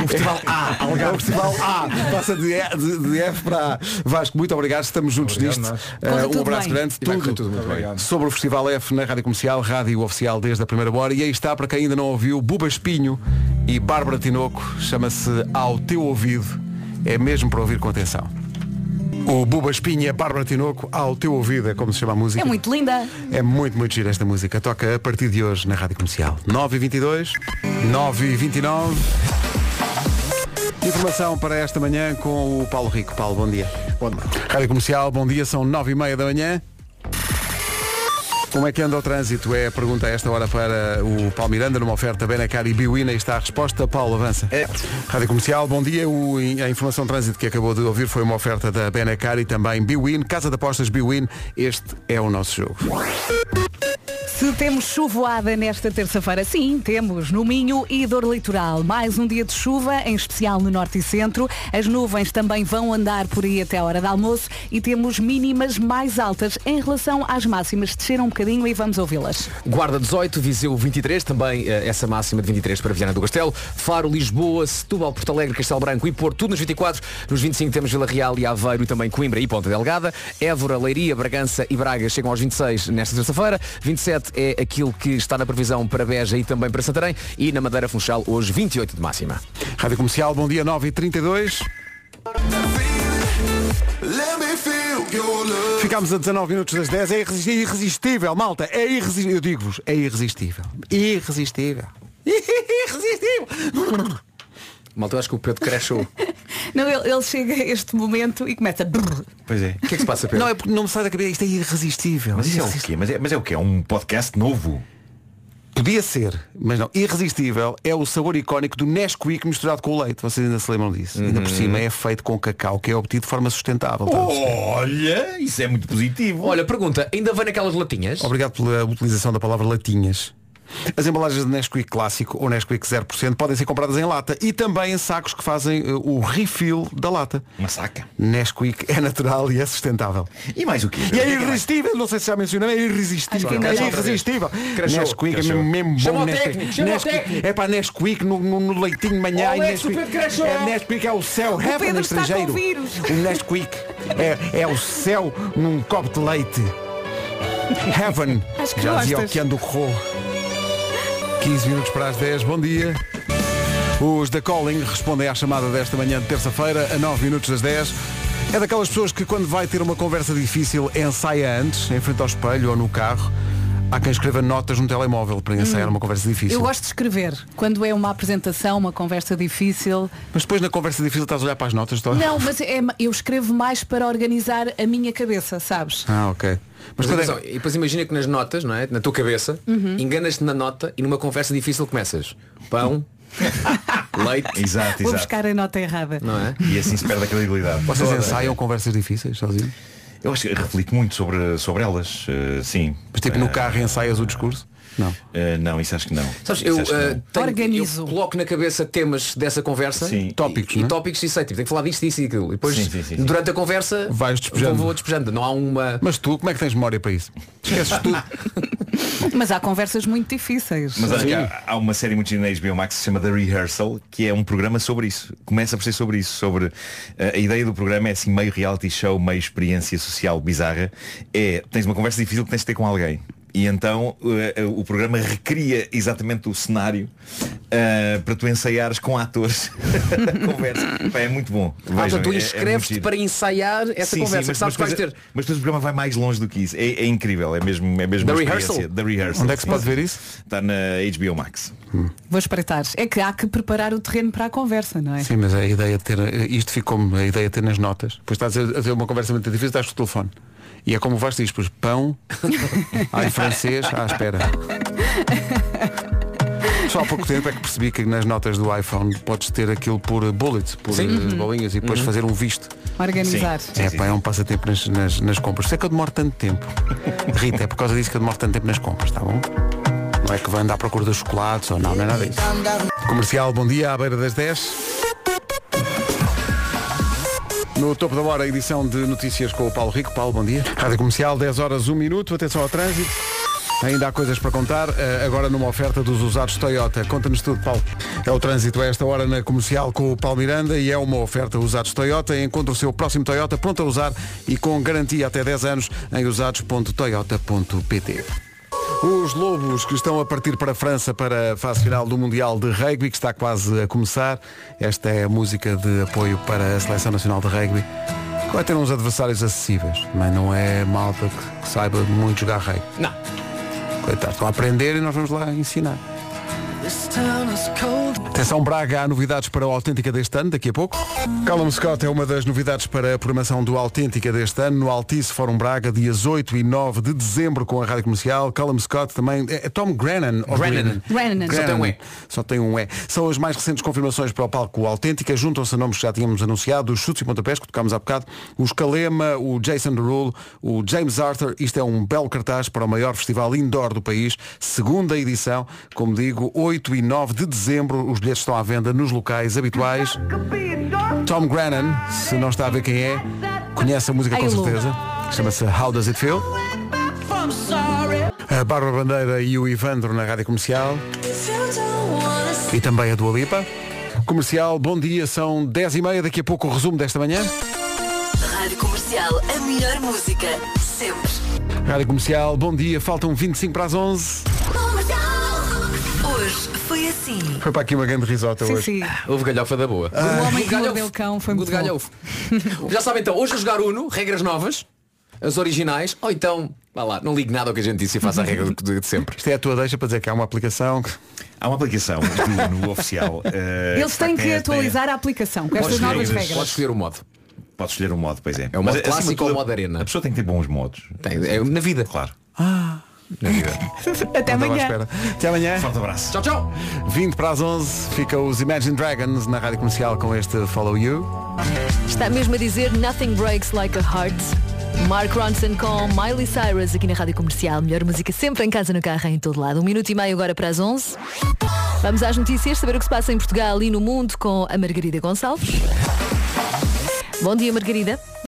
[SPEAKER 1] é-
[SPEAKER 16] O festival
[SPEAKER 1] A, É o festival A. Passa de, E- de- de F para A. Vasco, muito obrigado, estamos juntos
[SPEAKER 16] Obrigado,
[SPEAKER 1] nisto.
[SPEAKER 16] nós.
[SPEAKER 1] Eh,
[SPEAKER 16] Corre
[SPEAKER 1] um
[SPEAKER 16] tudo
[SPEAKER 1] abraço
[SPEAKER 16] bem.
[SPEAKER 1] grande,
[SPEAKER 16] E vai
[SPEAKER 1] tudo,
[SPEAKER 16] correr tudo muito bem. Obrigado.
[SPEAKER 1] sobre o Festival F na Rádio Comercial, Rádio Oficial desde a primeira hora. E aí está, para quem ainda não ouviu, Buba Espinho e Bárbara Tinoco, chama-se Ao Teu Ouvido. É mesmo para ouvir com atenção. O Buba Espinho e a Bárbara Tinoco, Ao Teu Ouvido, é como se chama a música.
[SPEAKER 2] É muito linda.
[SPEAKER 1] É muito, muito gira esta música. Toca a partir de hoje na Rádio Comercial. 9h22, 9h29. Informação para esta manhã com o Paulo Rico. Paulo, bom dia. Bom dia. Rádio Comercial, bom dia, são 9h30 da manhã. Como é que anda o trânsito? É a pergunta a esta hora para o Paulo Miranda, numa oferta Benacar e Biwina. E Está a resposta. Paulo, avança. Rádio Comercial, bom dia. O- a informação de trânsito que acabou de ouvir foi uma oferta da Benacar e também Biwin. Casa de Apostas Biwin. Este é o nosso jogo.
[SPEAKER 2] Se temos chuvoada nesta terça-feira, sim, temos no Minho e Dor Litoral. Mais um dia de chuva, em especial no Norte e Centro. As nuvens também vão andar por aí até a hora de almoço e temos mínimas mais altas em relação às máximas. Desceram um bocadinho e vamos ouvi-las.
[SPEAKER 7] Guarda 18, Viseu 23, também eh, essa máxima de 23 para Viana do Castelo, Faro, Lisboa, Setúbal, Porto Alegre, Castelo Branco e Porto, tudo nos 24, nos 25 temos Vila Real e Aveiro e também Coimbra e Ponta Delgada, Évora, Leiria, Bragança e Braga chegam aos 26 nesta terça-feira, 27 é aquilo que está na previsão para Beja e também para Santarém e na Madeira Funchal hoje 28 de máxima.
[SPEAKER 1] Rádio Comercial, bom dia 9 e 32 Ficámos a 19 minutos das 10. É irresi- irresistível, malta. É irresistível. Eu digo-vos, é irresistível. Irresistível. Irresistível.
[SPEAKER 7] Malta, eu acho que o Pedro cresceu.
[SPEAKER 17] Não, ele, ele chega a este momento e começa. brrr.
[SPEAKER 12] Pois é. O que
[SPEAKER 7] é que se passa, (laughs)
[SPEAKER 1] Não, é porque não me sai da cabeça. Isto é irresistível.
[SPEAKER 12] Mas isso é o quê? Mas é, mas é o quê? É um podcast novo?
[SPEAKER 1] Podia ser, mas não. Irresistível é o sabor icónico do Nesquik misturado com o leite. Vocês ainda se lembram disso. Ainda por cima é feito com cacau, que é obtido de forma sustentável. tá?
[SPEAKER 12] Olha, isso é muito positivo.
[SPEAKER 7] Olha, pergunta, ainda vem naquelas latinhas?
[SPEAKER 1] Obrigado pela utilização da palavra latinhas. As embalagens de Nesquik Clássico ou Nesquik 0% podem ser compradas em lata e também em sacos que fazem eh, o refill da lata.
[SPEAKER 12] Uma saca.
[SPEAKER 1] Nesquik é natural e é sustentável.
[SPEAKER 12] E mais o quê?
[SPEAKER 1] E é irresistível, não sei se já mencionei, é irresistível.
[SPEAKER 12] Acho que um
[SPEAKER 1] É
[SPEAKER 12] ainda não.
[SPEAKER 1] irresistível.
[SPEAKER 12] Crashou.
[SPEAKER 1] Nesquik é
[SPEAKER 12] Crashou.
[SPEAKER 1] mesmo- mesmo
[SPEAKER 12] Chama
[SPEAKER 1] bom.
[SPEAKER 12] o
[SPEAKER 1] Nesquik.
[SPEAKER 12] técnico, chama o
[SPEAKER 1] Nesquik-
[SPEAKER 12] técnico.
[SPEAKER 1] É para Nesquik no, no- no leitinho de manhã.
[SPEAKER 12] Oh,
[SPEAKER 1] e
[SPEAKER 12] Alex,
[SPEAKER 1] Nesquik,
[SPEAKER 12] o Pedro crashou.
[SPEAKER 1] é, Nesquik é o céu,
[SPEAKER 12] O
[SPEAKER 1] heaven
[SPEAKER 12] Pedro
[SPEAKER 1] no
[SPEAKER 12] está com
[SPEAKER 1] estrangeiro.
[SPEAKER 12] vírus.
[SPEAKER 1] O Nesquik é, é o céu num copo de
[SPEAKER 12] (laughs)
[SPEAKER 1] leite. Heaven.
[SPEAKER 12] Acho que
[SPEAKER 1] Já dizia o
[SPEAKER 12] gostas.
[SPEAKER 1] que ando corro. 15 minutos para as 10, bom dia. Os da Calling respondem à chamada desta manhã de terça-feira, a 9 minutos das 10. É daquelas pessoas que quando vai ter uma conversa difícil ensaia antes, em frente ao espelho ou no carro. Há quem escreva notas no telemóvel para ensaiar
[SPEAKER 2] Hum.
[SPEAKER 1] uma conversa difícil.
[SPEAKER 2] Eu gosto de escrever. Quando é uma apresentação, uma conversa difícil.
[SPEAKER 1] Mas depois na conversa difícil estás a olhar para as notas. estás-
[SPEAKER 2] Não, mas é- eu escrevo mais para organizar a minha cabeça, sabes?
[SPEAKER 1] Ah, ok.
[SPEAKER 7] Mas
[SPEAKER 1] Mas quando é-
[SPEAKER 7] atenção, E depois imagina que nas notas, não é? Na tua cabeça,
[SPEAKER 2] Uhum.
[SPEAKER 7] enganas-te na nota e numa conversa difícil começas. Pão, leite.
[SPEAKER 12] Exato,
[SPEAKER 2] Vou buscar a nota errada.
[SPEAKER 7] Não é?
[SPEAKER 12] E assim se perde a credibilidade.
[SPEAKER 1] Vocês
[SPEAKER 12] Toda.
[SPEAKER 1] ensaiam conversas difíceis, sozinho?
[SPEAKER 12] Eu acho que reflito muito sobre, sobre elas, eh, sim.
[SPEAKER 1] Mas tipo no carro ensaias o discurso? Não.
[SPEAKER 12] não, isso acho que não.
[SPEAKER 7] Sabes,
[SPEAKER 12] Isso
[SPEAKER 7] eu,
[SPEAKER 12] acho que
[SPEAKER 7] eh,
[SPEAKER 12] não.
[SPEAKER 7] tenho- eu coloco na cabeça temas dessa conversa
[SPEAKER 12] Sim. é?
[SPEAKER 7] tópicos e, tópicos e sei, tipo, tenho que falar disto, disto e aquilo. E depois,
[SPEAKER 12] Sim, sim, sim, sim.
[SPEAKER 7] durante a conversa,
[SPEAKER 1] Vais despejando.
[SPEAKER 7] vou, vou despejando. Não há uma.
[SPEAKER 1] Mas tu, como é que tens memória para isso? Esqueces tudo.
[SPEAKER 2] Mas há conversas muito difíceis.
[SPEAKER 12] Mas acho que há, há uma série muito gira na HBO Max que se chama The Rehearsal, que é um programa sobre isso. Começa por ser sobre isso, sobre eh, a ideia do programa é assim meio reality show, meio experiência social bizarra. É, tens uma conversa difícil que tens de ter com alguém. E então eh, eh, o programa recria exatamente o cenário eh, para tu ensaiares com atores (laughs) a conversa. Pá, é muito bom.
[SPEAKER 7] Ah, portanto,
[SPEAKER 12] Vejam, é-
[SPEAKER 7] tu
[SPEAKER 12] é muito
[SPEAKER 7] inscreves-te
[SPEAKER 12] giro.
[SPEAKER 7] para ensaiar essa
[SPEAKER 12] Sim, sim,
[SPEAKER 7] conversa. que
[SPEAKER 12] mas,
[SPEAKER 7] sabes que
[SPEAKER 12] mas
[SPEAKER 7] vais
[SPEAKER 12] depois-
[SPEAKER 7] ter.
[SPEAKER 12] mas depois o programa vai mais longe do que isso. É, é incrível, é mesmo, é mesmo
[SPEAKER 7] The
[SPEAKER 12] uma
[SPEAKER 7] Rehearsal?
[SPEAKER 12] experiência. The Rehearsal.
[SPEAKER 7] Onde é que se
[SPEAKER 12] sim.
[SPEAKER 7] pode ver
[SPEAKER 1] isso?
[SPEAKER 12] Está na HBO Max.
[SPEAKER 2] Vou espreitar. É que há que preparar o terreno para a conversa, não é?
[SPEAKER 1] Sim, mas a ideia de ter, isto ficou-me a ideia de ter nas notas. Depois estás a a ter uma conversa muito difícil, estás com o telefone. E é como vais diz, pois pão,
[SPEAKER 2] (laughs)
[SPEAKER 1] ai francês, à espera. Só há pouco tempo é que percebi que nas notas do iPhone podes ter aquilo por bullet, por
[SPEAKER 2] Sim.
[SPEAKER 1] eh,
[SPEAKER 2] Uhum.
[SPEAKER 1] bolinhas e depois
[SPEAKER 2] Uhum.
[SPEAKER 1] fazer um visto.
[SPEAKER 2] Organizar. Sim, sim,
[SPEAKER 1] É,
[SPEAKER 2] sim.
[SPEAKER 1] pá, é um passatempo nas, nas, nas compras. Sei que eu demoro tanto
[SPEAKER 2] (laughs)
[SPEAKER 1] tempo. Rita, é por causa disso que eu demoro tanto tempo nas compras, tá bom? Não é que vai andar à procura dos chocolates ou não, não é nada disso. Comercial, bom dia, à beira das 10. No topo da hora, a edição de notícias com o Paulo Rico. Paulo, bom dia. Rádio Comercial, 10 horas, 1 minuto. Atenção ao trânsito. Ainda há coisas para contar, eh, agora numa oferta dos usados Toyota. Conta-nos tudo, Paulo. É o trânsito a esta hora na comercial com o Paulo Miranda e é uma oferta usados Toyota. Encontre o seu próximo Toyota pronto a usar e com garantia até 10 anos em usados.toyota.pt. Os Lobos que estão a partir para a França para a fase final do Mundial de Rugby, que está quase a começar. Esta é a música de apoio para a Seleção Nacional de Rugby. que Vai ter uns adversários acessíveis, mas não é malta que saiba muito jogar rugby.
[SPEAKER 7] Não.
[SPEAKER 1] Coitado, estão a aprender e nós vamos lá ensinar. Atenção Braga, há novidades para o Autêntica deste ano, daqui a pouco. Callum Scott é uma das novidades para a programação do Autêntica deste ano, no Altice Fórum Braga, dias 8 e 9 de dezembro com a Rádio Comercial. Callum Scott também, é, é Tom Grennan. ou
[SPEAKER 7] Grennan. Grennan. Só tem um E.
[SPEAKER 1] Só tem um E. São as mais recentes confirmações para o palco Autêntica, juntam-se a nomes que já tínhamos anunciado, os Chutes e Pontapés, que tocámos há bocado, os Calema, o Jason Derulo, o James Arthur. Isto é um belo cartaz para o maior festival indoor do país, segunda edição, como digo, 8 e 9 de dezembro. Os bilhetes estão à venda nos locais habituais. Tom Grennan, se não está a ver quem é, conhece a música com
[SPEAKER 18] Ai, Lu.
[SPEAKER 1] certeza. Chama-se How Does It Feel? A Bárbara Bandeira e o Ivandro na Rádio Comercial. E também a Dua Lipa. Comercial, bom dia, são 10 e meia, daqui a pouco o resumo desta manhã.
[SPEAKER 9] Rádio Comercial, a melhor música, sempre.
[SPEAKER 1] Rádio Comercial, bom dia, faltam 25 para as 11.
[SPEAKER 9] Hoje foi assim.
[SPEAKER 1] Foi para aqui uma grande risota
[SPEAKER 9] Sim,
[SPEAKER 1] hoje.
[SPEAKER 9] sim.
[SPEAKER 7] Houve galhofa da boa.
[SPEAKER 2] O homem que mordeu o cão foi muito
[SPEAKER 7] Good
[SPEAKER 2] bom. (laughs)
[SPEAKER 7] galhofa. Já sabem então, hoje a jogar Uno, regras novas, as originais, ou então, vá lá, não ligue nada ao que a gente disse e faça a regra do- de, de sempre.
[SPEAKER 1] Isto é a tua deixa para dizer que há uma aplicação.
[SPEAKER 12] Há uma aplicação
[SPEAKER 7] (laughs)
[SPEAKER 12] do Uno oficial. eh,
[SPEAKER 2] Eles têm
[SPEAKER 12] tem-
[SPEAKER 2] que
[SPEAKER 12] tem-
[SPEAKER 2] atualizar a aplicação com
[SPEAKER 12] Podes
[SPEAKER 2] estas
[SPEAKER 12] escolher
[SPEAKER 2] novas
[SPEAKER 12] um-
[SPEAKER 2] regras.
[SPEAKER 7] escolher o modo.
[SPEAKER 12] Podes escolher o modo, pois é.
[SPEAKER 7] É o modo clássico ou o modo arena?
[SPEAKER 12] A pessoa tem que ter bons modos.
[SPEAKER 7] é, na vida.
[SPEAKER 12] Claro.
[SPEAKER 1] Ah.
[SPEAKER 12] Na vida.
[SPEAKER 2] Até
[SPEAKER 1] Não estava à
[SPEAKER 2] amanhã.
[SPEAKER 1] espera. Até amanhã.
[SPEAKER 12] Forte abraço.
[SPEAKER 7] Tchau, tchau.
[SPEAKER 1] 20 para as 11, fica os Imagine Dragons na Rádio Comercial com este Follow You.
[SPEAKER 19] Está mesmo a dizer Nothing breaks like a heart.
[SPEAKER 18] Mark Ronson com Miley Cyrus aqui na Rádio Comercial. Melhor música sempre em casa, no carro, em todo lado. Um minuto e meio agora para as 11. Vamos às notícias, saber o que se passa em Portugal e no mundo com a Margarida Gonçalves. Bom dia, Margarida.